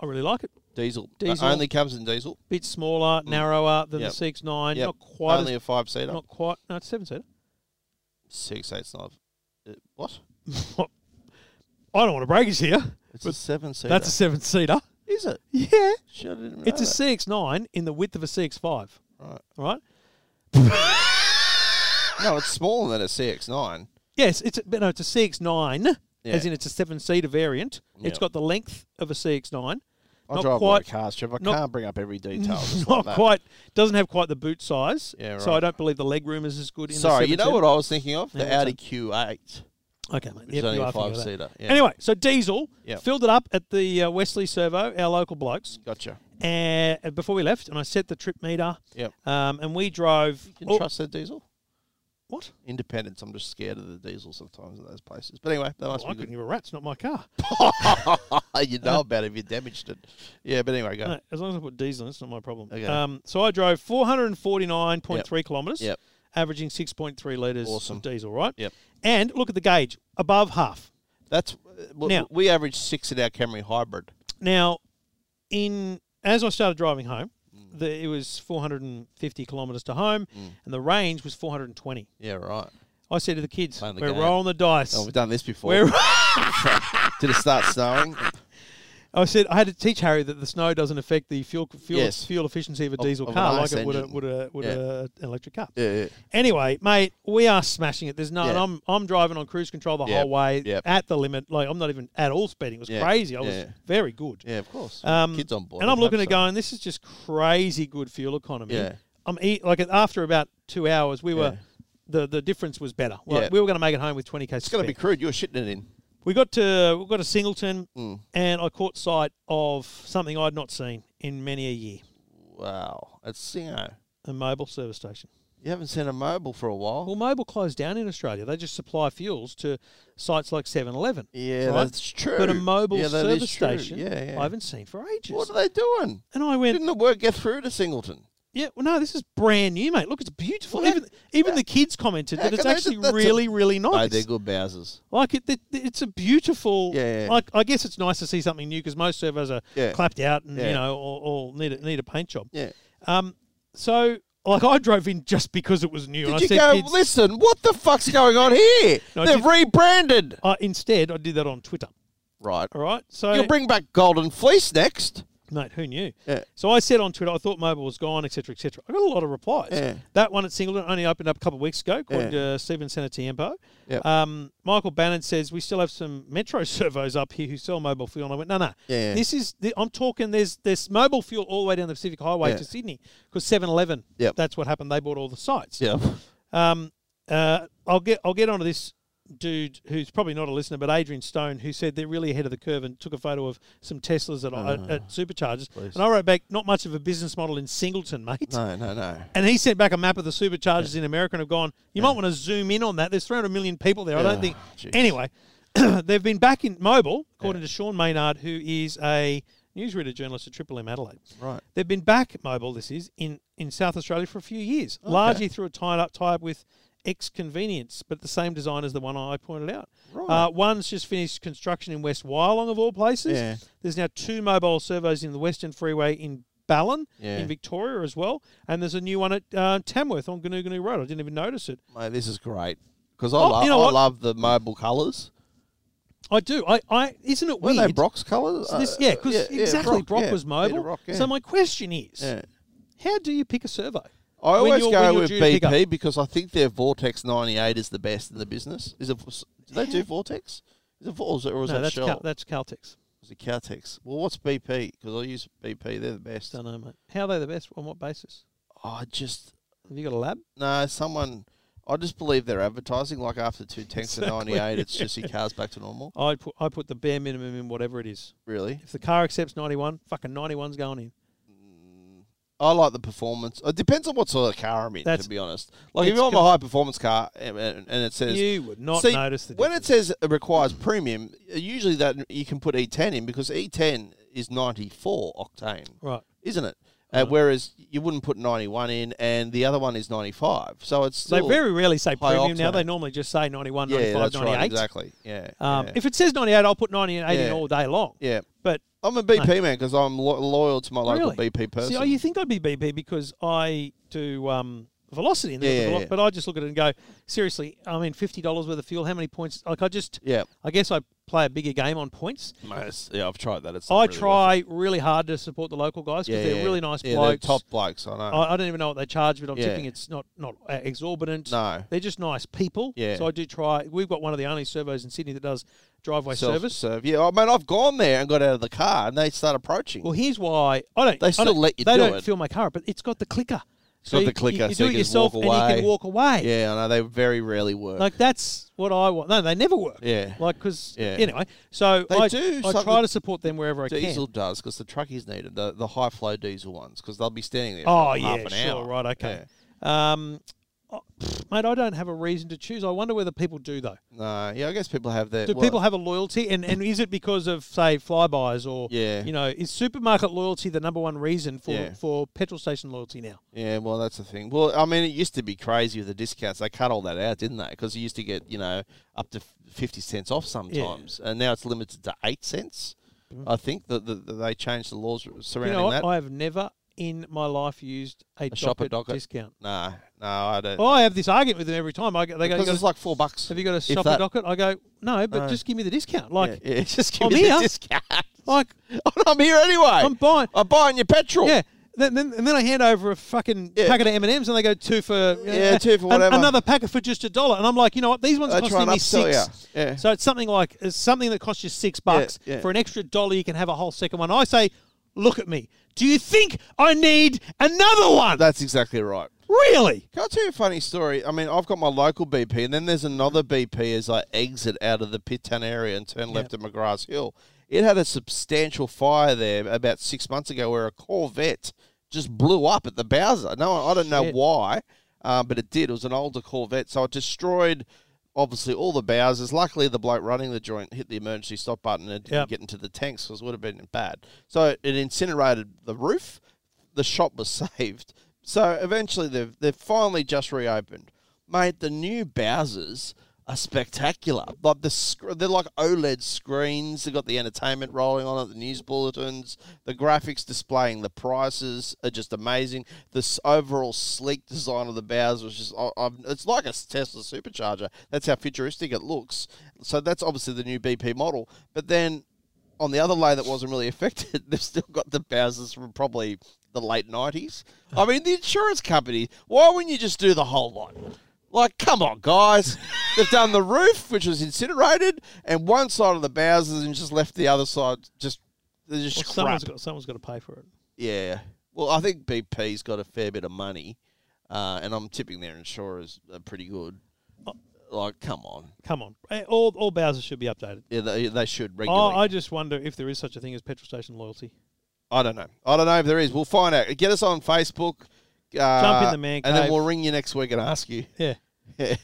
I really like it.
Diesel.
Diesel.
Diesel. Only comes in diesel.
Bit smaller, narrower than
Mm. Yep.
the CX-9.
Yep.
Not quite.
Only
as,
a five seater.
Not quite. No, it's seven seater.
Six, eight, five. Uh, what?
I don't want to break it here.
It's a seven seater.
That's a seven seater.
Is it?
Yeah.
Shit, I didn't
It's a
know
CX9 in the width of a CX5.
Right.
Right.
No, it's smaller than a CX9.
Yes, it's a, but no, it's a CX9, as
Yeah.
in it's a seven-seater variant. It's
Yeah.
got the length of a CX9.
I
not
drive
quite,
quite, my cars, Trevor. I
not-
can't bring up every detail. just like
Not
that.
quite. Doesn't have quite the boot size.
Yeah,
So I
right.
don't believe the leg room is as good. in
Sorry,
the
you know
7-seater.
what I was thinking of?
Yeah,
The
what's
Audi
that?
Q8.
Okay, mate.
Which
Yep,
is only
you
a
are thinking of
five
that.
seater.
Anyway, so Diesel
Yep.
filled it up at the uh, Wesley Servo, our local blokes.
Gotcha.
And and before we left, and I set the trip meter.
Yep.
Um, and we drove. You
can trust their diesel.
What?
Independence. I'm just scared of the diesel sometimes at those places. But anyway, that must
Oh, I
be
couldn't give a rat's not my car.
good. you know
Uh,
about it if you damaged it. Yeah, but anyway, go.
No, as long as I put diesel in, it's not my problem.
Okay.
Um, so I drove 449.3 kilometres,
Yep.
averaging 6.3 litres
Awesome.
of diesel, right?
Yep.
And look at the gauge, above half.
That's uh, Well,
now,
we average six in our Camry hybrid.
now, in as I started driving home,
Mm.
the, it was 450 kilometres to home, and the range was 420.
Yeah, right.
I said to the kids,
Playing the
we're
game.
rolling the dice.
Oh, we've done this before.
We're-
Did it start snowing?
I said I had to teach Harry that the snow doesn't affect the fuel fuel,
Yes.
fuel efficiency of a
Of-
diesel
of an
car like
ICE
it would a,
engine.
would a would
Yeah.
a, an electric car.
Yeah, yeah.
Anyway, mate, we are smashing it. There's no, and
Yeah.
I'm I'm driving on cruise control the
Yep,
whole way
yep.
at the limit. Like I'm not even at all speeding. It was
Yeah,
crazy. I was
yeah.
very good.
Yeah, of course.
Um,
Kids on board,
And I'm
I'd
looking
hope
at
so.
going. This is just crazy good fuel economy.
Yeah.
I'm eat, like after about two hours, we were.
Yeah.
The, the difference was better. Well,
Yeah.
we were going to make it home with 20k.
It's going to be crude. You're shitting it in.
we got to we got to Singleton,
Mm.
and I caught sight of something I'd not seen in many a year:
Wow. It's Singo.
a mobile service station.
You haven't seen a mobile for a while.
Well, mobile closed down in Australia. They just supply fuels to sites like 7-Eleven.
Yeah, that's true.
But a mobile
Yeah, that is
service
true.
station,
Yeah, yeah.
I haven't seen for ages.
What are they doing?
And I went.
Didn't the work get through to Singleton?
Yeah, well, no, this is brand new, mate. Look, it's beautiful. even even the kids commented
How
that it's
can they
actually
do- that's a-
really, really
No,
nice.
they're good Bowsers.
Like it, it, it's a beautiful.
Yeah, yeah.
Like I guess it's nice to see something new because most servos are
Yeah.
clapped out and
Yeah.
you know all, all need a, need a paint job.
Yeah.
Um. So like I drove in just because it was new.
Did
and I
you
said,
go,
"Kids-"
listen, what the fuck's going on here?
No, I
They've
did-
rebranded.
I, instead, I did that on Twitter.
Right.
All right. So
You'll bring back Golden Fleece next.
Mate, who knew? So I said on Twitter, I thought mobile was gone, etc., etc. I got a lot of replies.
Yeah.
That one at Singleton only opened up a couple of weeks ago, called
Yeah.
uh, Stephen Senatiempo.
Yep.
Um, Michael Bannon says we still have some metro servos up here who sell mobile fuel. And I went, no, no.
Yeah.
This is the, I'm talking. There's there's mobile fuel all the way down the Pacific Highway
Yeah.
to Sydney because 7-Eleven.
Yep.
That's what happened. They bought all the sites.
Yeah.
Um, uh, I'll get I'll get onto this dude who's probably not a listener, but Adrian Stone, who said they're really ahead of the curve and took a photo of some Teslas at, at, at superchargers.
Ah, please.
And I wrote back, not much of a business model in Singleton, mate.
No, no, no.
And he sent back a map of the superchargers in America and have gone, you might want to zoom in on that. There's 300 million people there. I
Yeah,
don't think.
jeez.
Anyway, they've been back in mobile, according to Sean Maynard, who is a newsreader journalist at Triple M Adelaide.
Right.
They've been back mobile. This is in, in South Australia for a few years, largely through a tie up tie up with X Convenience, but the same design as the one I pointed out.
Right.
Uh, one's just finished construction in West Wyalong of all places.
Yeah.
There's now two mobile servos in the Western Freeway in Ballon
Yeah.
in Victoria as well, and there's a new one at uh, Tamworth on Gnu Gnu Road. I didn't even notice it.
Mate, this is great. Because I,
Oh,
love,
you know
I
what?
love the mobile colours.
I do. I, I isn't it
Weren't
weird?
they Brock's colours?
So this,
Uh,
yeah, because
yeah, yeah,
exactly.
Brock,
Brock,
yeah.
was mobile.
Peter Brock, yeah.
So my question is,
Yeah.
how do you pick a servo?
I
When
always
you're- when
go
you're
with
due to pick
BP
up-
because I think their Vortex 98 is the best in the business. Is it? Do they do Vortex? Is it Vor- or is it, or is
No,
that
that's
Shell?
Cal- that's Caltex.
Is it Caltex? Well, what's BP? Because I use BP. They're the best.
Don't know, mate. How are they the best? On what basis?
I just
Have you got a lab?
no. Someone. I just believe they're advertising. Like after two tanks of
Exactly.
98, it's just your car's back to normal.
I put I put the bare minimum in whatever it is.
Really?
If the car accepts ninety one, fucking ninety one's going in.
I like the performance. It depends on what sort of car I'm in,
That's-
to be honest. Like, if
it's
I'm a
com-
high performance car and, and and it says.
You would not
See,
notice the
When it says it requires premium, uh, usually that you can put E10 in because E10 is 94 octane.
Right.
Isn't it? Uh, whereas you wouldn't put 91 in and the other one is 95. So it's.
They
Still
very rarely say
high
premium now.
octane.
They normally just say 91,
Yeah,
95,
that's right,
98.
exactly. Yeah,
Um,
yeah.
If it says 98, I'll put 98
Yeah.
in all day long.
Yeah.
But
I'm a BP man because I'm lo- loyal to my local
really?
BP person.
See, oh, you think I'd be BP because I do um, velocity in there,
Yeah,
the
yeah,
velo-
yeah.
but I just look at it and go, seriously, I mean, fifty dollars worth of fuel. How many points? Like I just,
Yeah.
I guess I play a bigger game on points.
Most- yeah, I've tried that. It's not
I
really worth it.
try really hard to support the local guys because
Yeah,
they're
yeah.
really nice
Yeah, they're
blokes.
top blokes, I know.
I, I don't even know what they charge, but I'm
Yeah.
tipping it's not not uh, exorbitant.
No.
they're just nice people.
Yeah.
So I do try. We've got one of the only servos in Sydney that does driveway
Self-
service.
serve. Yeah, I mean, I've gone there and got out of the car, and they start approaching.
Well, here's why I don't.
They
I
still
don't,
let you
They
do
don't
it.
fill my car up, but it's got the clicker.
It's got the clicker,
You, you
so
do
you
it
can
yourself,
walk
and you
away.
can walk away.
Yeah, I know they very rarely work.
Like that's what I want. No, they never work.
Yeah.
Like because
Yeah.
anyway, so
They
I
do
I
something-
try to support them wherever I
diesel
can.
does because the truckies need it, the, the high flow diesel ones, because they'll be standing there.
Oh
for
yeah,
half an
sure,
hour.
right, okay. Um, oh, pfft, mate, I don't have a reason to choose. I wonder whether people do though.
No, yeah, I guess people have their.
Do
well,
people have a loyalty, and, and is it because of say flybys or
Yeah.
you know is supermarket loyalty the number one reason for
Yeah.
for petrol station loyalty now?
Yeah, well, that's the thing. Well, I mean, it used to be crazy with the discounts. They cut all that out, didn't they? Because you used to get, you know, up to f- 50 cents off sometimes. And now it's limited to 8 cents.
Mhm.
I think that the, that they changed the laws surrounding
you know what?
that.
I have never in my life used a,
A shop at Docket?
discount.
No, no, I don't.
Oh, I have this argument with them every time. I go, they go,
Because
you got
it's
a-
like four bucks.
Have you got a
if
shop
that.
at Docket? I go, no, but
No.
just give me the discount. Like,
yeah, yeah, just give
I'm
me the
here.
discount.
like
I'm here anyway.
I'm buying.
I'm buying your petrol.
Yeah. Then, then, and then I hand over a fucking packet of M and M's, and they go two for
Yeah, two for
an-
whatever.
another packet for just a dollar, and I'm like, you know what? These ones
They
are
try
costing
and upsell
me
ya.
six.
Yeah.
So it's something like it's something that costs you six bucks
yeah.
for an extra dollar. You can have a whole second one. I say, look at me. Do you think I need another one?
That's exactly right.
Really?
Can I tell you a funny story? I mean, I've got my local BP, and then there's another BP as I exit out of the Pittown area and turn left at McGrath Hill. It had a substantial fire there about six months ago where a Corvette just blew up at the Bowser. No, I don't know
Shit.
why, uh, but it did. It was an older Corvette, so it destroyed obviously all the Bowsers. Luckily, the bloke running the joint hit the emergency stop button and didn't
Yep.
get into the tanks because it would have been bad. So it incinerated the roof. The shop was saved. So eventually, they've they've finally just reopened. Mate, the new Bowsers are spectacular. Like the sc- they're like OLED screens. They've got the entertainment rolling on it, the news bulletins, the graphics displaying the prices are just amazing. The s- overall sleek design of the Bowser is just I, I've, it's like a Tesla supercharger. That's how futuristic it looks. So that's obviously the new BP model. But then on the other lane that wasn't really affected, they've still got the Bowsers from probably the late nineties. I mean, the insurance company. Why wouldn't you just do the whole lot? Like, come on, guys. They've done the roof, which was incinerated, and one side of the Bowsers, and just left the other side just they're just
Well,
crap.
someone's got someone's got to pay for it.
yeah. Well, I think BP's got a fair bit of money, uh, and I'm tipping their insurers are pretty good.
Oh.
Like, come on.
Come on, Eh, all all Bowser should be updated.
Yeah, they, they should
Oh,
regularly.
I just wonder if there is such a thing as petrol station loyalty.
I don't know. I don't know if there is. We'll find out. Get us on Facebook. Uh,
Jump in the man
And then
cave.
we'll ring you next week and ask you.
Yeah.
Yeah.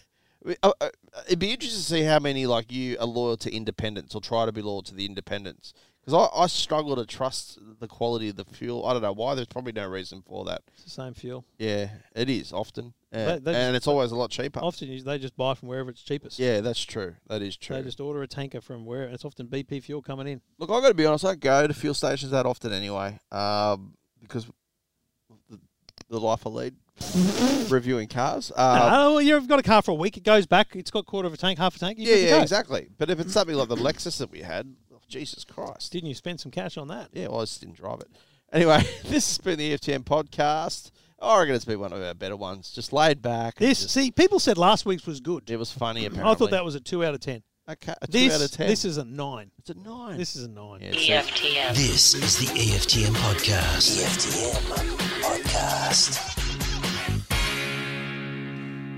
Uh, uh, It'd be interesting to see how many like you are loyal to independence or try to be loyal to the independence. Because I, I struggle to trust the quality of the fuel. I don't know why. There's probably no reason for that.
It's the same fuel.
Yeah, it is often,
They-
Uh,
they
and
just-
it's always a lot cheaper.
Often you, they just buy from wherever it's cheapest.
Yeah, that's true. That is true.
They just order a tanker from where it's often BP fuel coming in.
Look, I've got to be honest. I don't go to fuel stations that often anyway, um, because of the, the life I lead, reviewing cars. Um,
no, Oh, well, you've got a car for a week. It goes back. It's got quarter of a tank, half a tank. you're
yeah,
good to
yeah,
go.
exactly. But if it's something like the Lexus that we had, oh, Jesus Christ.
Didn't you spend some cash on that?
Yeah, well, I just didn't drive it. Anyway, this has been the E EFTM podcast. Oh, I reckon it's been one of our better ones. Just laid back. and
This
just-
see, people said last week's was good.
it was funny. Apparently,
I thought that was a two out of ten.
okay. a two
This
out of ten.
this is a nine.
It's a nine.
This is a nine.
EFTM. This is the EFTM podcast. EFTM podcast.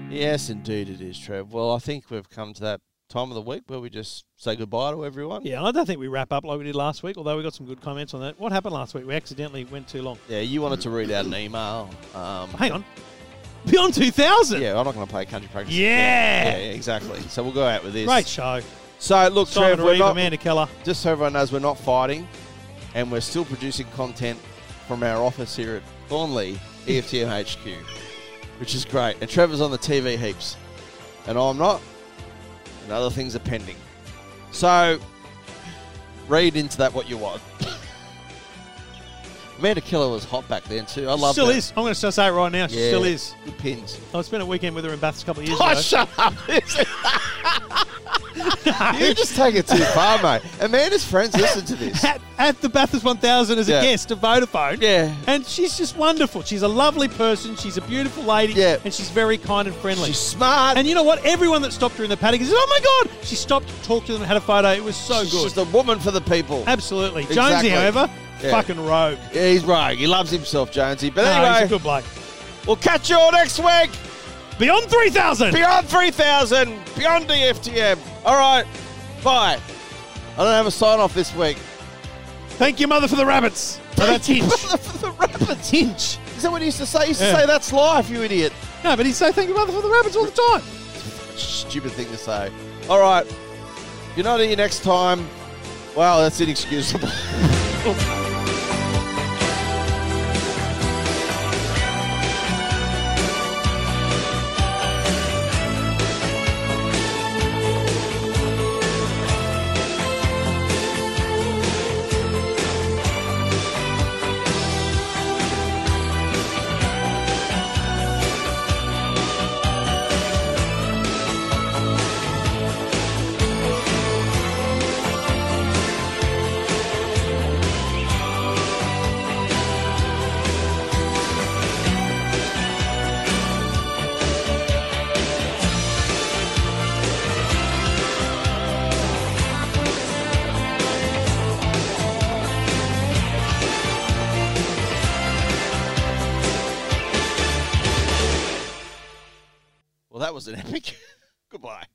Yes, indeed it is, Trev. Well, I think we've come to that time of the week where we just say goodbye to everyone.
Yeah, I don't think we wrap up like we did last week. Although we got some good comments on that. What happened last week? We accidentally went too long.
Yeah, you wanted to read out an email. Um,
Hang on, beyond two thousand.
Yeah, I'm not going to play country practice.
Yeah.
yeah, exactly. So we'll go out with this.
Great show.
So look,
Simon
Trev, we're
Reeve,
not,
Amanda Keller.
just so everyone knows, we're not fighting, and we're still producing content from our office here at Thornley E EFTM HQ, which is great. And Trevor's on the TV heaps, and I'm not. And other things are pending. So read into that what you want. Amanda Keller was hot back then too. I love
still
her.
is. I'm going to say it right now. She
Yeah.
still is.
Good pins.
I spent a weekend with her in Baths a couple of years
Oh,
ago.
shut
up.
You just take it too far, mate. Amanda's friends listen to this.
At, at the Bathurst 1000 as
Yeah.
a guest of Vodafone.
Yeah.
And she's just wonderful. She's a lovely person. She's a beautiful lady. Yeah. And she's very kind and friendly. She's
smart.
And you know what? Everyone that stopped her in the paddock is, oh my God. She stopped, talked to them, had a photo. It was so good.
She's the woman for the people.
Absolutely.
Exactly.
Jonesy, however,
Yeah.
fucking rogue.
Yeah, he's rogue. He loves himself, Jonesy. But
No, he's
anyway,
a good bloke.
We'll catch you all next week.
Beyond 3000.
Beyond 3000. Beyond DFTM. All right. Bye. I don't have a sign off this week.
Thank your mother for the rabbits. No, that's Hinch.
for the rabbits.
Hinch.
Is that what he used to say? He used to
Yeah.
say, that's life, you idiot.
No, but he'd say thank your mother for the rabbits all the time.
Stupid thing to say. All right. You're not here next time. Wow, that's inexcusable. well, that was an epic. Goodbye.